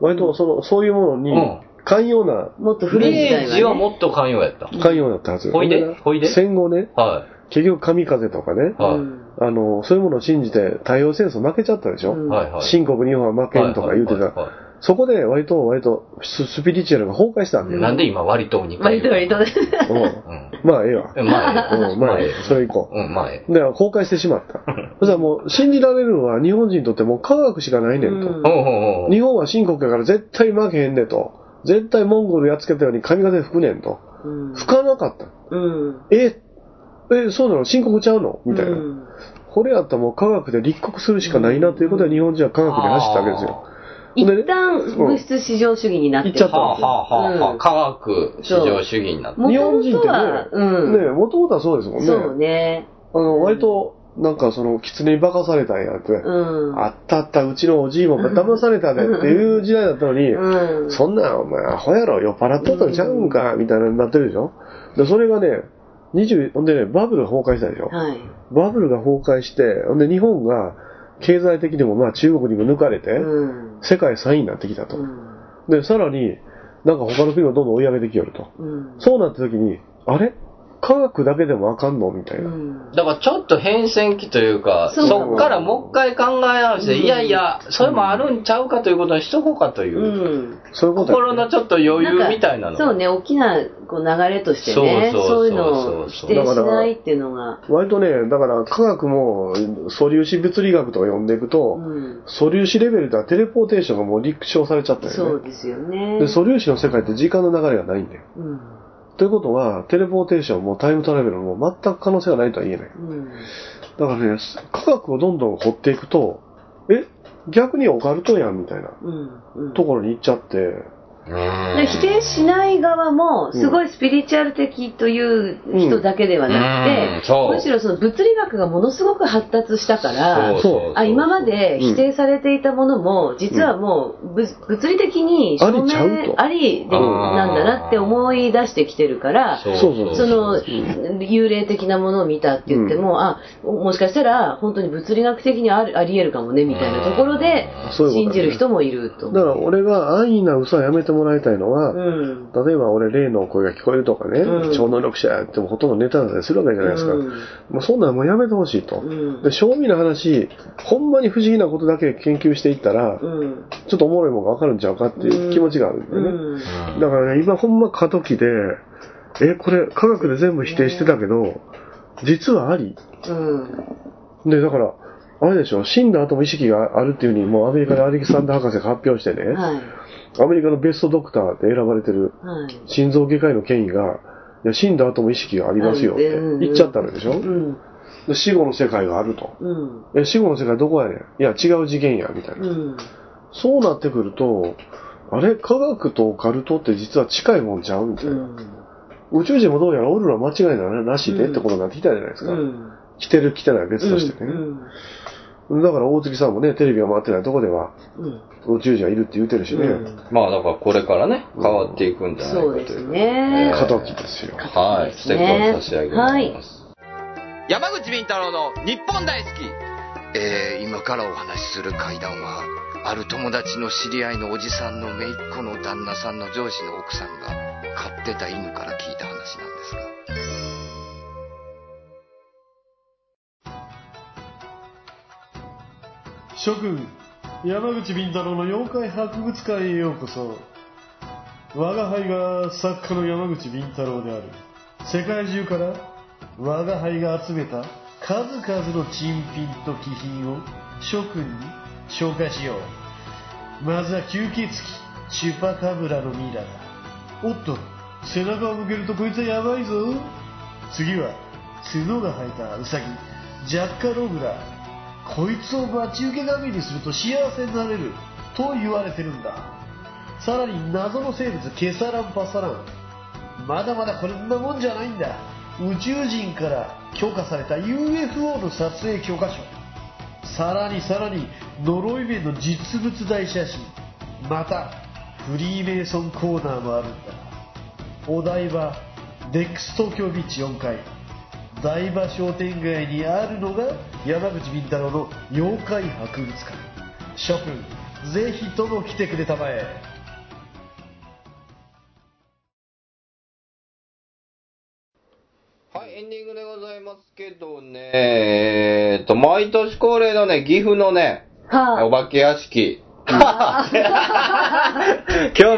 A: 割と、その、そういうもの
B: う
A: に、
B: ん。
A: 寛容な、
C: もっと古い時代
B: 明
C: は、ね。
B: 治はもっと寛容やった。
A: 寛容だったはず。
B: ほいで
A: んな
B: ほいで
A: 戦後ね、
B: は
A: 結局神風とかね
B: い。、は
C: う
B: い。
C: ん
A: あのーそういうものを信じて太陽戦争負けちゃったでしょ。
C: うん
B: はい。はい。
A: 新国日本は負けんとか言うてた。
B: はいはいは
A: そこで割と、割とス、スピリチュアルが崩壊したんだ
B: い
A: よ。
B: なんで今割と2回
C: 割と
B: 言う
C: 割とね。
A: うん
B: うん。
A: まあ、ええ わ。
B: まあええ、
A: うん、まあ、ええ。それ以降。
B: うん、まあええ。
A: だから崩壊してしまった。そしたらもう、信じられるのは日本人にとってもう科学しかないねんと。
B: ほ
C: うん
B: うほうほう
A: 日本は新国やから絶対負けへんねと。絶対モンゴルやっつけたように髪型吹くねんと。
C: うん
A: 吹かなかった。
C: うん。
A: え、え、そうなの新国ちゃうのみたいな。
C: うん
A: これやったらもう科学で立国するしかないなということで日本人は科学で走ったわけですよ。
C: 一
A: でね
C: 旦物質至上主義になって
A: 行っちゃった
B: はあはあはあはあ、
C: うん
B: 科学至上主義になって。
C: も
A: 日
C: と
A: 本人
C: も
A: ってね
C: とは、、うん。
A: ねもともとはそうですもんね。
C: そうね。
A: あの、割と、なんかその、狐に化かされたんやって、
C: うん。
A: あったあった、うちのおじいも騙されたでっていう時代だったのに、
C: うん。
A: そんなんお前アホやろ、酔っ払っとったんちゃうんか、みたいなのになってるでしょで、それがね、20、ほんでね、バブルが崩壊したでしょ
C: はい。
A: バブルが崩壊して、ほんで日本が経済的にもまあ中国にも抜かれて、
C: うん。
A: 世界3位になってきたと
C: う。ん
A: で、さらに、なんか他の国をどんどん追い上げてきよると。
C: うん。
A: そうなった時に、あれ科学だけでもあかんのみたいな。
C: うん
B: だからちょっと変遷期というか、
C: そう
B: そっからもう一回考え直して、
C: うん
B: いやいや、それもあるんちゃうかということにしとこうかという、
C: うん。
A: そういうことやね
B: 心のちょっと余裕みたいなの。
C: そうね、大きなこう流れとしてね、
B: そう
C: そ
B: そうそうう
C: いうのを否定しないっていうのが、
A: 割とね、だから科学も素粒子物理学とか呼んでいくと、
C: うん、
A: 素粒子レベルではテレポーテーションがもう立証されちゃった
C: そ
A: よ
C: う
A: ね。
C: ですよね。
A: で、素粒子の世界って時間の流れがないんだよ。
C: うん。
A: ということは、テレポーテーションもタイムトラベルも全く可能性がないとは言えない。
C: うん。
A: だからね、科学をどんどん掘っていくと、え、逆にオカルトやんみたいな
C: うん。うん。
A: ところに行っちゃって、
C: で否定しない側も、すごいスピリチュアル的という人だけではなくて、
B: うんうんそう
C: むしろその物理学がものすごく発達したから、あ今まで否定されていたものも、実はもうぶ物理的に証
A: ありちゃう
C: 明
A: と
C: ありでなんだなって思い出してきてるから、
B: そう
A: そうそう
C: その幽霊的なものを見たって言っても、あもしかしたら本当に物理学的にありありえるかもねみたいなところで
A: そういう
C: 信
A: ことだ
C: じ
A: よね
C: る人もいると。
A: だから俺が安易な嘘はやめてもらいたいのは、
C: うん
A: 例えば俺霊の声が聞こえるとかね、
C: うん
A: 超能力者やってもほとんどネタだったりするわけじゃないですか。
C: うん
A: もうそんなんもうやめてほしいと。
C: うん
A: で、正味の話、ほんまに不思議なことだけ研究していったら、
C: うん
A: ちょっとおもろいもんがわかるんちゃうかっていう気持ちがあるんで
C: う
A: ね。
C: ん
A: だからね、今ほんま過渡期で、え、これ科学で全部否定してたけど、実はあり。
C: うん
A: で、だから、あれでしょ、死んだ後も意識があるっていうふうに、もうアメリカのアレキサンダー博士が発表してね、
C: はい
A: アメリカのベストドクターで選ばれてる
C: はい
A: 心臓外科医の権威が、いや死んだ後も意識がありますよって言っちゃったのでしょ
C: う、ん
A: で死後の世界があると。
C: うん
A: え、死後の世界どこやねんいや、違う次元や、みたいな。
C: うん
A: そうなってくると、あれ、科学とオカルトって実は近いもんちゃうみたいうな。
C: ん
A: 宇宙人もどうやらオールは間違いななしで
C: うん
A: ってことになってきたじゃないですか。
C: うん
A: 来てる来てないは別としてね。
C: うん
A: だから大月さんもね、テレビが回ってないとこでは
C: うん
A: 宇宙人はいるって言ってるしね。
C: うん
B: まあだからこれからね、変わっていくんじゃないか
C: そ
B: と
C: う
B: いう。
C: ですね
A: 過渡期ですよ。
B: はい、ステップを差し上げます。
C: はい
B: 山口敏太郎の日本大好き。
K: えー今からお話しする怪談はある友達の知り合いのおじさんの姪っ子の旦那さんの上司の奥さんが飼ってた犬から聞いた話なんですが
I: 諸君山口敏太郎の妖怪博物館へようこそ我が輩が作家の山口敏太郎である世界中から我が輩が集めた数々の珍品と気品を諸君に紹介しようまずは吸血鬼チュパカブラのミイラだおっと背中を向けるとこいつはやばいぞ次は角が生えたウサギジャッカロブラこいつを待ち受け神にすると幸せになれると言われてるんださらに謎の生物ケサランパサランまだまだこんなもんじゃないんだ宇宙人から許可された UFO の撮影許可書さらにさらに呪い面の実物大写真またフリーメイソンコーナーもあるんだお台場デックス東京ビーチ4階台場商店街にあるのが山口敏太郎の妖怪博物館諸君ぜひとも来てくれたまえ
B: はい、エンディングでございますけどね。えーっと、毎年恒例のね、岐阜のね、お化け屋敷。興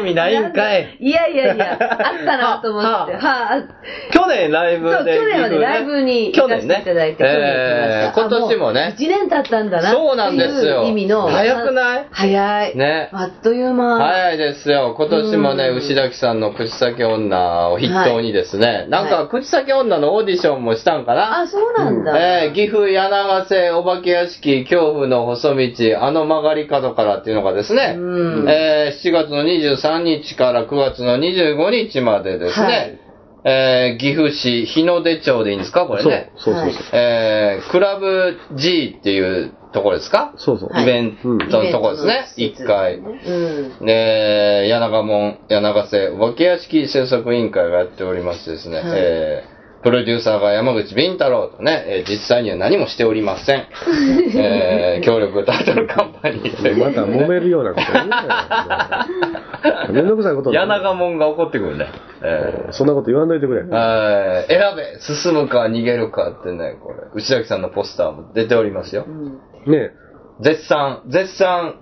B: 味ないんかい。
C: いやいやい や、あったなと思って。はあ、
B: 去年ライブで、
C: 去年はね、ライブに
B: 去
C: 行かせ
B: 年
C: て
B: ね
C: いただいて、
B: えー今年もね、
C: 1年経ったんだな。
B: そうなんですよ
C: っていう意味の。
B: 早くない
C: 早い。
B: ね。
C: あっという間。
B: 早いですよ。今年もね、牛崎さんの口先女を筆頭にですね、なんか口先女のオーディションもしたんかな、
C: あ、そうなんだ。
B: えー岐阜柳瀬お化け屋敷恐怖の細道あの曲がり角からっていうのがですね、えー7月の23日から9月の25日までですね、
C: はい
B: えー岐阜市日の出町でいいんですかこれね。
A: そうそうそうそう
B: えークラブ G っていうところですか
A: そうそう
C: はい
B: イベントのところですね。
C: イベント
B: 1階。
C: うん。
B: で、柳ヶ門、柳ヶ瀬、お化け屋敷制作委員会がやっておりましてですね、
C: はい
B: えープロデューサーが山口敏太郎とね、えー実際には何もしておりま せん。えー協力タイトルカンパニーという
A: また揉めるようなこと言うなよめんどくさいことだ
B: 柳ヶ門が怒ってくるね。え
A: そんなこと言わないでくれ。
B: ーはい選べ進むか逃げるかってね、これ、内崎さんのポスターも出ておりますよ。
A: ね
B: 絶賛、絶賛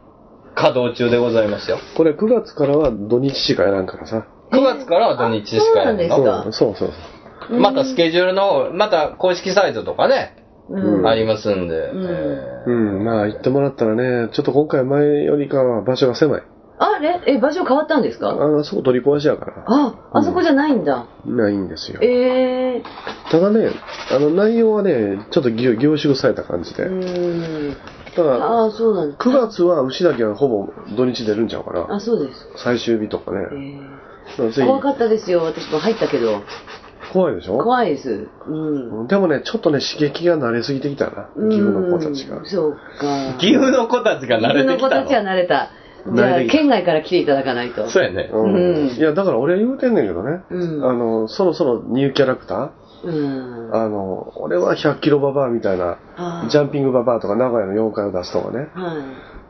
B: 稼働中でございますよ。
A: これ9月からは土日しかやらんからさ。
B: 9月からは土日しかやる
C: あそう
B: の
C: なん
A: うんそうそう
B: またスケジュールの方、また公式サイトとかね、
A: うん
B: ありますんで、
A: そう。うん、まあ行ってもらったらね、ちょっと今回前よりかは場所が狭い。
C: あれえ、場所変わったんです
A: あ
C: か
A: の、そこ取り壊しやから。
C: あ、あそこじゃないんだ。
A: ないんですよ。
C: ええ
A: ただね、あの内容はね、ちょっと凝凝縮された感じで。
C: うん。
A: ただ、
C: ああ、そうなんだ。
A: 9月は牛だけはほぼ土日出るんちゃうか
C: あ、
A: な。
C: そうです。
A: 最終日とかね。だからぜ
C: 怖か
A: ひ、
C: ったですよ。私も入ったけど。
A: 怖いでしょ
C: 怖いです。うん。
A: でもね、ちょっとね、刺激が慣れすぎてきたな。
C: うん
A: 義務の子たちが。
C: そうか。
B: 岐阜の子たちが慣れてき
C: 岐阜の
B: た
C: 子た
B: の
C: ちは慣れた。じゃ
A: 慣
C: あ
A: れ、てきた
C: 県外から来ていただかないと。
B: そうやね。
A: うん
C: うん
A: いや、だから俺は言うてんねんけどね。
C: うん
A: あの、そろそろニューキャラクタ
C: うん。
A: ーあの、俺は100キロババアみたいな、
C: あー
A: ジャンピングババアとか名古屋の妖怪を出すとかね、
C: は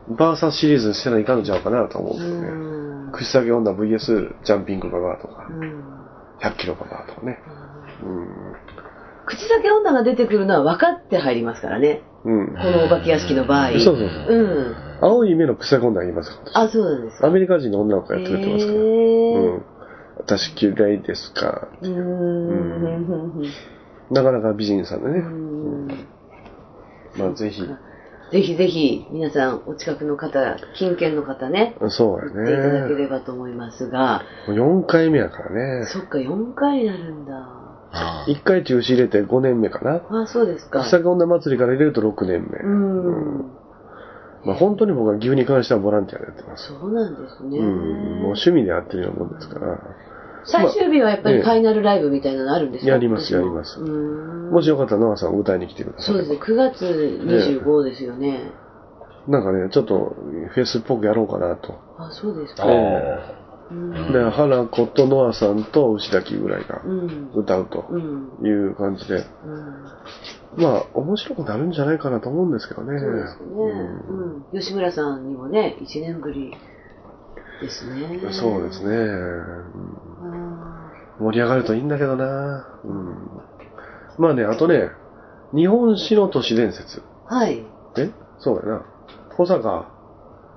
A: バーサスシリーズにしてないかんのちゃうかなと思う
C: い。
A: け
C: う
A: どね。
C: ん。
A: 口下げ女 VS ジャンピングババアとか
C: う、ん
A: 100キロババアとかね。
C: 口先女が出てくるのは分かって入りますからね。
A: うん。うん
C: こ。のお化け屋敷の場合。
A: そうそうそう。
C: うん。
A: 青い目の口下げ女がいますから。
C: あ、そうなんですか。
A: アメリカ人の女の子やってくれてますから。
C: へー
A: うん。私嫌いですか。
C: うーん。
A: なかなか美人さんでね。
C: うん
A: まあぜひ、
C: ぜひぜひ、皆さん、お近くの方、近県の方ね、
A: そう
C: 行っていただ
A: や
C: け
A: ね。
C: ればと思いますが、
A: 4回目やからね。
C: そっか、4回になるんだ。
A: 1回中止入れて5年目かな。
C: あ、そうですか。
A: 草木女祭りから入れると6年
C: う
A: 目。
C: ん。
A: まあ本当に僕は牛に関してはボランティアでやってます。
C: そうなんですね。
A: うん。もう趣味でやってるようなもんですから。
C: 最終日はやっぱり
A: まあ
C: ファイナルライブみたいなのあるんですか
A: やります
C: 今年も
A: やります
C: うーん。
A: もしよかったらノアさん歌いに来てくださ
C: そうです
A: い。
C: ね、9月25ですよね。
A: なんかね、ちょっとフェスっぽくやろうかなと。
C: あ、そうです
B: あ
C: か。
B: ー
C: うん。
A: で、花子とノアさんと牛滝ぐらいが
C: うん。
A: 歌うと
C: うん。
A: いう感じで。
C: うん
A: まあ、面白くなるんじゃないかなと思うんですけどね。
C: そうですね、うん。吉村さんにもね、1年ぶりですね。
A: そうですね。うん盛り上がるといいんだけどな、うん、まあね、あとね、日本史の都市伝説。
C: はい。
A: えそうだよな。保坂、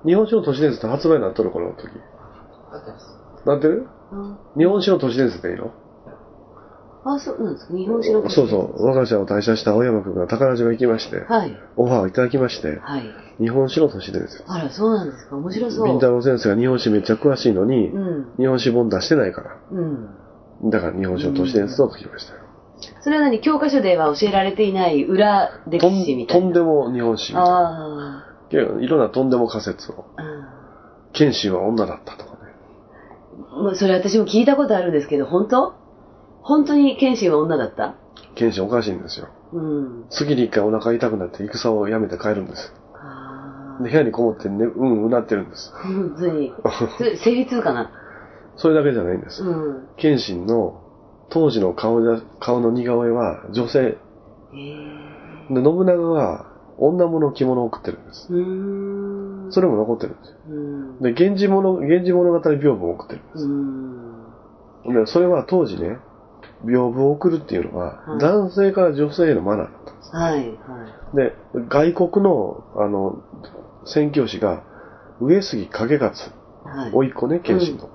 A: 日本史の都市伝説の発売になっとる頃の時。なってる
C: うん
A: 日本史の都市伝説でいいの
C: あ、そうなんですか。日本史の
A: そうそう。我が社を退社した青山くんが宝島行きまして、
C: はい。
A: オファーをいただきまして、
C: はい。
A: 日本史の都市伝説。
C: あら、そうなんですか。面白そう。
A: ビンタロウ先生が日本史めっちゃ詳しいのに、
C: うん。
A: 日本史本出してないから。
C: うん。
A: だから日本史の都市伝説を解きましたよ。
C: それは何教科書では教えられていない裏歴
A: と
C: 史み
A: ん
C: たい
A: と
C: な。
A: んでも日本史。
C: あ
A: いやいろんなとんでも仮説を。
C: あ。うん
A: 謙信は女だったとかね。
C: もうそれ私も聞いたことあるんですけど、本当本当に謙信は女だった
A: 謙信おかしいんですよ。
C: うん。
A: 月に一回お腹痛くなって戦をやめて帰るんです。で、部屋にこもってね、うん、うなってるんです。
C: 本当に。それ生理痛かな。
A: それだけじゃないんです。
C: うん。
A: 謙信の当時の顔だ顔の似顔絵は女性。で、信長は女物着物を送ってるんです。
C: うーん。
A: それも残ってるんですよ。
C: うん。
A: で、源氏物、源氏物語屏風を送ってるんで
C: う
A: す。で、
C: ん。
A: それは当時ね、屏風を送るっていうのは、
C: うん
A: 男性から女性へのマナーだったんです。
C: はい、はい。
A: で、外国の、あの、宣教師が、上杉景勝、
C: はい。
A: 甥っ子ね、謙信の。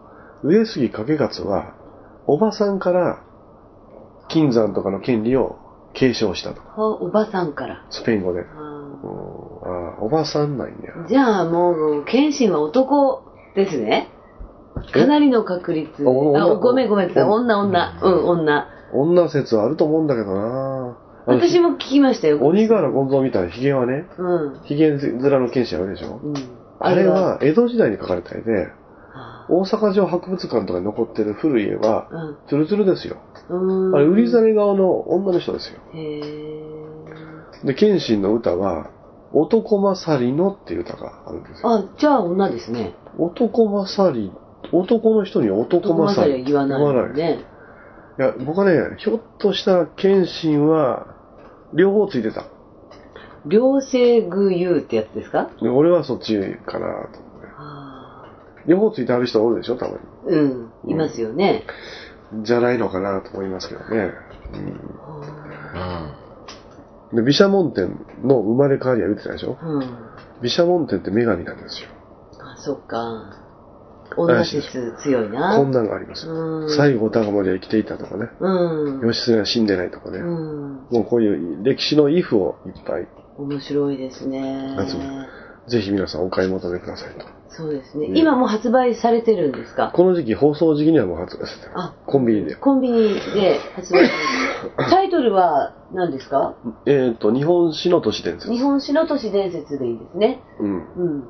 A: 上杉景勝は、おばさんから、金山とかの権利を継承したと。
C: あおばさんから。
A: スペイン語で。うん
C: あ
A: あーおばさんなんや。
C: ーじゃあもう、謙信は男ですね。かなりの確率。あ、
A: お女
C: ごめんごめん。女女。うん、女。
A: 女説はあると思うんだけどなあの
C: 私も聞きましたよ。
A: 鬼瓦権蔵みたいなヒゲはね、
C: うん。
A: ヒゲ面の剣士あるでしょ、
C: うん。
A: あれは江戸時代に描かれた絵で、大阪城博物館とかに残ってる古い絵は、
C: うん。
A: ツルツルですよ。
C: うーん。
A: あれ、売りざれ側の女の人ですよ。
C: へー
A: で、謙信の歌は、男勝りのっていう歌があるんですよ。
C: あ、じゃあ女ですね。
A: 男勝り、男の人に男
C: 男
A: 勝
C: 勝
A: り
C: りは言わないもん
A: い。
C: ね。
A: いや、僕はね、ひょっとしたら謙信は、両方ついてた。
C: 両性具有ってやつですか
A: で俺はそっちかなと思って。両方ついてある人おるでしょ、たまに。
C: うん。いますよね。
A: じゃないのかなと思いますけどね。うん。で、毘沙門天の生まれ変わりは言ってたでしょ
C: うん。
A: 毘沙門天って女神なんですよ。
C: あ、そっか。女説強いな。
A: こんなのがありますよ。
C: うん。
A: 西郷隆盛は生きていたとかね。
C: うん。
A: 義経は死んでないとかね。
C: うん。
A: もうこういう歴史のイフをいっぱい、
C: 面白いですね。
A: 集めぜひ皆さんお買い求めくださいと。
C: そうですね。
A: ね
C: 今もう発売されてるんですか
A: この時期、放送時期にはもう発売されてる
C: あ。
A: コンビニで。
C: コンビニで発売されて る。タイトルは何ですか
A: えっ、と、日本史の都市伝説。
C: 日本史の都市伝説でいいですね。
A: うん。
C: うん。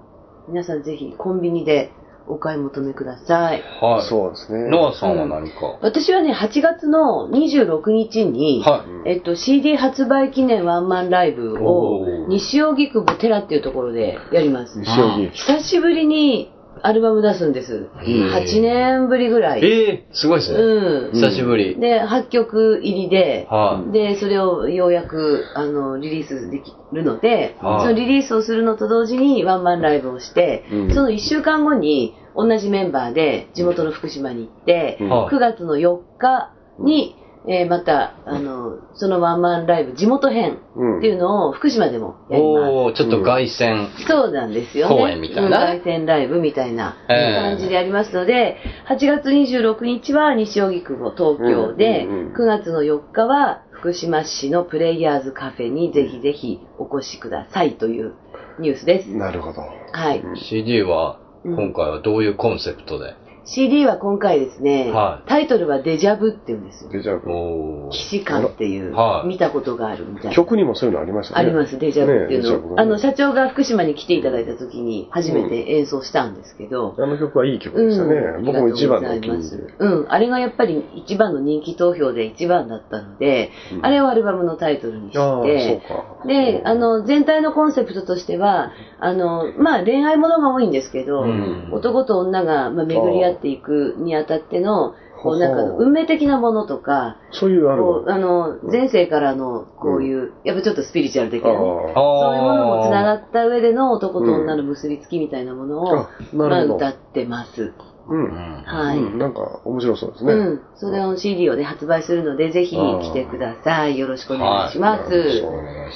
C: 皆さんぜひコンビニでお買い求めください。
B: はい。
A: そうですね。
B: ノアさんは何か、
C: 私はね、8月の26日に、
B: は
C: えっと、CD 発売記念ワンマンライブを
B: おー
C: 西荻窪寺っていうところでやります。
A: 西荻。
C: 久しぶりにアルバム出すんです。8年ぶりぐら
B: い。
C: い。
B: えー、すごいですね。
C: う
B: 久しぶり。
C: ん。で、8曲入りで、
B: は
C: で、それをようやく、あの、リリースできるので、そ
B: はい
C: のリリースをするのと同時にワンマンライブをして、
A: うん
C: その1週間後に同じメンバーで地元の福島に行って、
A: うん
B: はい
C: 9月の4日に、えーまた、あの、そのワンマンライブ、地元編
A: うん
C: っていうのを福島でも
B: い。
C: やります。
B: おおーちょっと凱旋。
C: そうなんですよね。
B: 公演みたいな
C: うん凱旋ライブみたいな
B: ええ
C: 感じでやりますので、8月26日は西荻窪東京で、
A: うんうんうん
C: 9月の4日は福島市のプレイヤーズカフェにぜひぜひお越しくださいというニュースです。
A: なるほど。
C: はい。
B: CD は、
C: うん
B: 今回はどういうコンセプトで、
C: CD は今回ですね、
B: はい
C: タイトルはデジャブっていうんですよ。
A: デジャブ。
B: おー
C: 既視感っていう、
B: はい
C: 見たことがあるみたいな。
A: 曲にもそういうのありましたね。
C: あります、デジャブって
A: ね
C: いう
A: えデジャ
C: の
A: ブ
C: を。
A: が
C: あ
A: ね
C: の、社長が福島に来ていただいた時に初めて演奏したんですけど、
A: あの曲はいい曲でしたね。
C: うん
A: 僕も一番の
C: あ
A: お
C: り
A: 気
C: がとう
A: に
C: ござ
A: 入
C: い
A: り
C: ますうん、あれがやっぱり一番の人気投票で一番だったので、
A: うん
C: あれをアルバムのタイトルにし
A: ああ
C: て、
A: そうか。
C: で、あ、の、全体のコンセプトとしては、あの、まあ恋愛ものが多いんですけど、
B: うん
C: 男と女が、まあ、巡り合っていくにあたっての、こうなんか運命的なものとか、
A: そういうある
C: こうあの、前世からのこういう、やっぱちょっとスピリチュアル的なね、そういうものも繋がった上での男と女の結びつきみたいなものを、
A: うんあ
C: ま
A: な
C: あ
A: るほど
C: 歌ってます。
A: うん。
C: はい
A: うんなんか面白そうですね。
C: うん。それを CD をね、発売するので、ぜひ来てください。よろしくお願いします。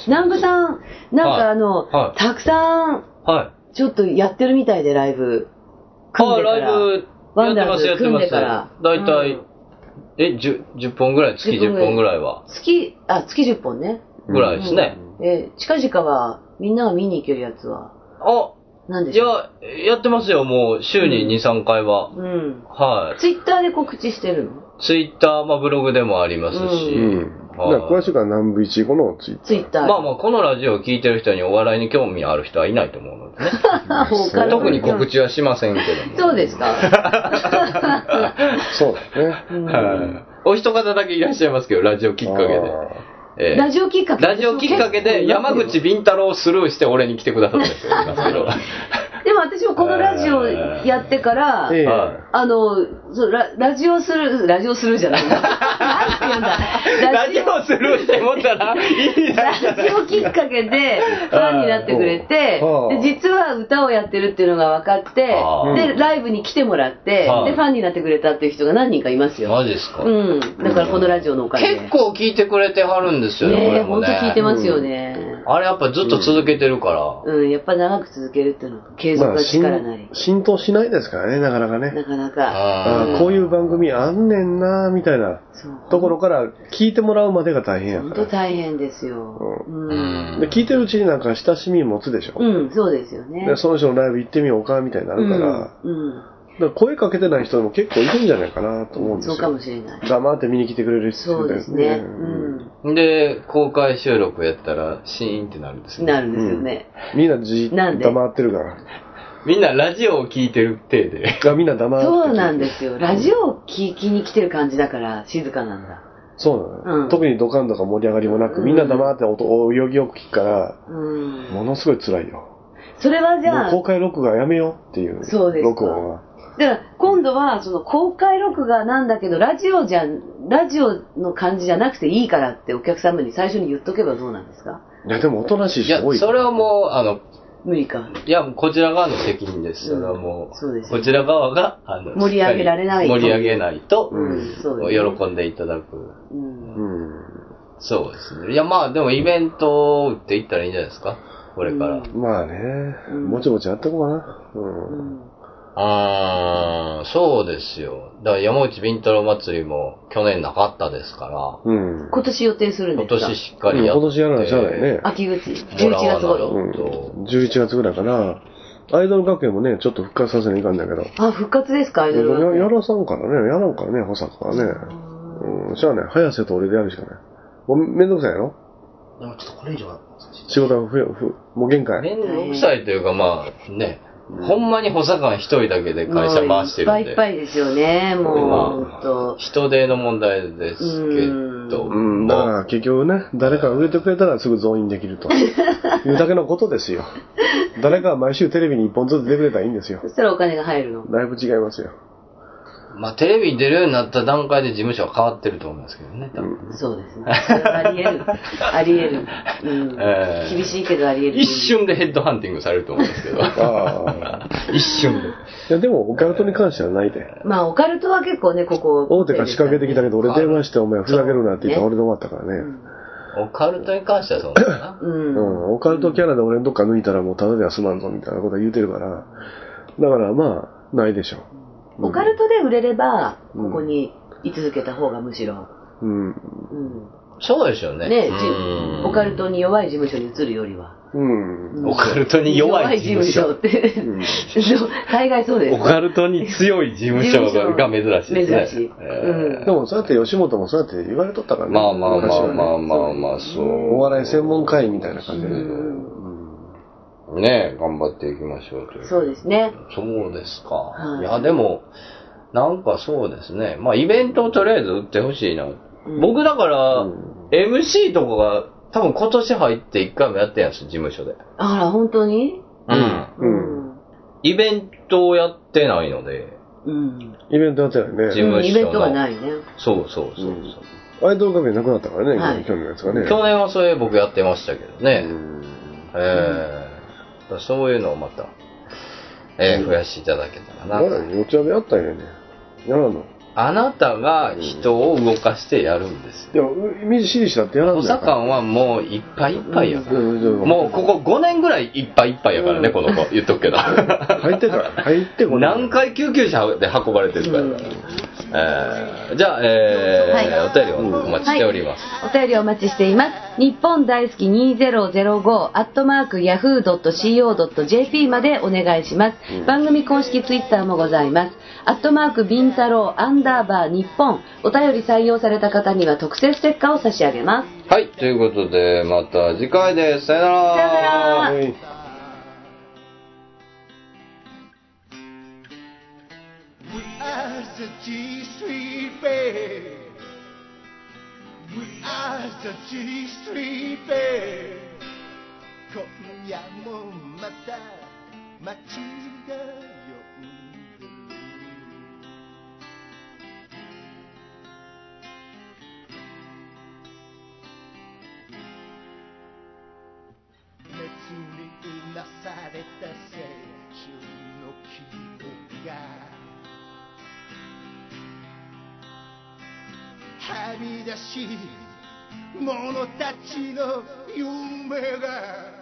C: 南部さん、なんかあの、
B: は
C: たくさん、
B: は
C: ちょっとやってるみたいで、ライブ。組ん
B: あ、
C: でか
B: ラ
C: ら
B: イブ、
C: ワンダ
B: やってま
C: ー
B: す、やって
C: ズ組ん
B: ま。
C: ですから。
B: だいたい、え、10、10本ぐらい、月10本ぐらいは、
C: 月、あ、月10本ね。
B: ぐらいですね。
C: えー近々は、みんなが見に行けるやつは。
B: あ
C: なんで
B: いや、やってますよ、もう、週に2、3回は。
C: うん。
B: は
C: ツイッターで告知してるの
B: い。ツイッター、まあ、ブログでもありますし。
A: うん。だか
B: はい
A: ら詳しくは南部一五のツイッタ
C: ツイッター。
B: まあまあ、このラジオを聞いてる人にお笑いに興味ある人はいないと思うの でね。
C: 他の
B: 特に告知はしませんけども。
C: そうですか。
A: そうですね。
B: はいお一方だけいらっしゃいますけど、ラジオきっかけで。ええ
C: ラジオきっかけ
B: ラジオきっかけで山口敏太郎をスルーして俺に来てくださったんですよ、今けど。
C: でも私もこのラジオやってから、
B: ええ
C: あのそうラ、ラジオする、ラジオするじゃない なんて言うんだ。
B: ラジオスルーしてもったら、いいな。
C: ラジオきっかけでファンになってくれて
B: ああ、
C: で、実は歌をやってるっていうのが分かって
B: ああ、
C: で、ライブに来てもらって、
B: はい
C: で、ファンになってくれたっていう人が何人かいますよ。
B: マジですか
C: うん。だからこのラジオのおかげで。
B: 結構聞いてくれてはるんですよね、
C: ねえ、
B: 俺も
C: 本当
B: ね。
C: 聞いてますよ。ね。
B: あれやっぱずっと続けてるから。
C: うん、やっぱ長く続けるっていうのは継続
A: まあ
C: が
A: 浸
C: 力なり。
A: 浸透しないですからね、なかなかね。
C: なかな
A: あ
C: か。
A: ーこういう番組あんねんな、みたいなところから聞いてもらうまでが大変や
C: 本
A: か
C: 当大変ですよ。うん。
A: ら。で、聞いてるうちになんか親しみ持つでしょ。
C: うん、そうですよね
A: で。その人のライブ行ってみようか、みたいになるから、だか
C: うん。
A: ら声かけてない人も結構いるんじゃないかなと思うんです
C: そ
A: よ。
C: うかもしれない。
A: 黙って見に来てくれる必
C: そ
A: 要
C: う
A: だよ
C: で
A: ね。
C: すね。う
B: で、公開収録やったら、シーンってなるんです
C: ん。
B: よ。
C: なるんですよね。
A: みんなじ
C: なんで
A: 黙ってるから。
B: みんなラジオを聞いてる体 で。
A: みんな黙って
C: そうなんですよ。ラジオを聞きに来てる感じだから、静かなんだ。
A: そうなの、
C: うん
A: 特にドカンとか盛り上がりもなく、みんな黙って音を泳ぎよく聞くから、
C: うん。
A: ものすごい辛いよ。
C: それはじゃ
A: もう
C: あ、
A: 公開録画やめようっていう。
C: そうですか
A: 録音は。
C: だから今度はその公開録画なんだけど、ラジオじゃ、ラジオの感じじゃなくていいからってお客様に最初に言っとけばどうなんですか
A: いや、でもおとなしい
B: いや、
A: 人多い。
B: それはもう、あの、
C: 無理か。
B: いや、もうこちら側の責任です。それはもう、
C: そうですよ
B: こちら側が、あの、
C: 盛り上げられない
B: しっかり盛り上げないと、
C: うんそうですね
B: 喜んでいただく。
C: うん。
B: そうですね。いや、まあ、でもイベントを打っていったらいいんじゃないですかこれから。
A: まあね、もちもちやってこうかな。うん。
B: あー、そうですよ。だから山内ビントロ祭りも去年なかったですから、
A: うん。
C: 今年予定するんで
B: 今
C: すか
B: 年しっかりやって。
A: 今年やらなしゃあないね。
C: 秋口、11
B: もらわ
C: 月
B: なよ
C: 頃。
B: と。
A: 11月ぐらいかな。アイドル学園もね、ちょっと復活させないかんだけど。
C: あ、復活ですかアイドル
A: や
C: は。
A: やらさんからね、やらんからね、保坂はね。うん、しゃあない。早瀬と俺でやるしかない。もうめんどくさいやろ
K: でもちょっとこれ以上は
A: 仕事がふやふもう限界。
B: 面倒くさいというか、まあね、ほんまに補佐官一人だけで会社回してる
C: もう
B: ん
C: いっぱいい
B: で
C: っ。ぱいですよね、もう、
B: ま
C: ほんと。
B: 人手の問題ですけど
A: うん、だから結局ね、誰かが売れてくれたらすぐ増員できる と。いうだけのことですよ。誰かが毎週テレビに一本ずつ出てくれたらいいんですよ
C: そ。したらお金が入るの。
A: だいぶ違いますよ。
B: まあテレビに出るようになった段階で事務所は変わってると思うんですけどね、多分
C: そうで すね。それはあり得る。あり得る。うん。
B: えー
C: 厳しいけどあり得る。
B: 一瞬でヘッドハンティングされると思うんですけど。一瞬で。
A: いや、でも、オカルトに関してはないで。
C: まあ、オカルトは結構ね、ここ。
A: 大手が仕掛けてきたけど、俺電話してお前ふざけるなって言ったら俺
C: ね
A: で終わったからね。
B: オカルトに関してはそうなんだな。
C: うん
A: う。ん、オカルトキャラで俺のどっか抜いたらもうただでは済まんぞみたいなこと言うてるから。だからまあ、ないでしょ
C: オカルトで売れれば、ここに居続けた方がむしろ。
A: う。うん。
C: うん。
B: そうでしょうね。
C: ね
B: う
C: じ
B: ん
C: オカルトに弱い事務所に移るよりは。
A: うん。
B: オカルトに弱い事務所。
C: って。そう 大概そうです。
B: オカルトに強い事務所が珍しいですね。
C: 珍しいうん
B: え
A: でも、そうやって吉本もそうやって言われとったから
B: ー
A: ね。
B: まあまあまあまあ
A: 昔はね
B: まあまあ、そ
A: お
B: う。
A: 笑い専門会みたいな感じでね。
B: ねえ、頑張っていきましょうという。
C: そうですね。
B: そうですか。
C: い
B: い、や、でも、なんかそうですね。まあ、イベントをとりあえず売ってほしいな。僕だから、MC とかが、多分今年入って一回もやってんやつ、事務所で。
C: あら、本当に
B: うん。
C: うん。
B: イベントをやってないので、
C: うん。
A: イベントやってないね。
B: 事務所のうんイベントがない
C: ね。
B: そうそうそう。
A: アイドル学園なくなったからね、
B: はい
A: 去年のやつがね。
B: 去年はそれ僕やってましたけどね。ええだからそういうのをまた、ええ増やしていただけたらな
A: ま。だ四つやべあったんやね。奈良の。
B: あなたが人を動かしてやるんです。
A: でも、うみじしりしたってやらん
B: 補
A: のや
B: 佐
A: から
B: 官はもういっぱいいっぱいやから。
A: うん
B: もうここ5年ぐらいいっぱいいっぱいやからね、この子。言っとくけど。入
A: ってた入ってこ
B: 何回救急車で運ばれてるから。えーじゃあ、えー
C: はい
B: お便りをお待ちしております。
C: お便りお待ちしています。日本大好き2005アットマーク yahoo.co.jp までお願いします。番組公式ツイッターもございます。アットマークビンタロウアンダーバー日本。お便り採用された方には特製ステッカーを差し上げます。
B: はい、ということで、また次回です。さよなら。
C: さよなら
L: are the G Street Band. We are the G Street Band. 今夜もまた街が呼んでる。熱にうなされた青春の記憶がはみ出し者たちの夢が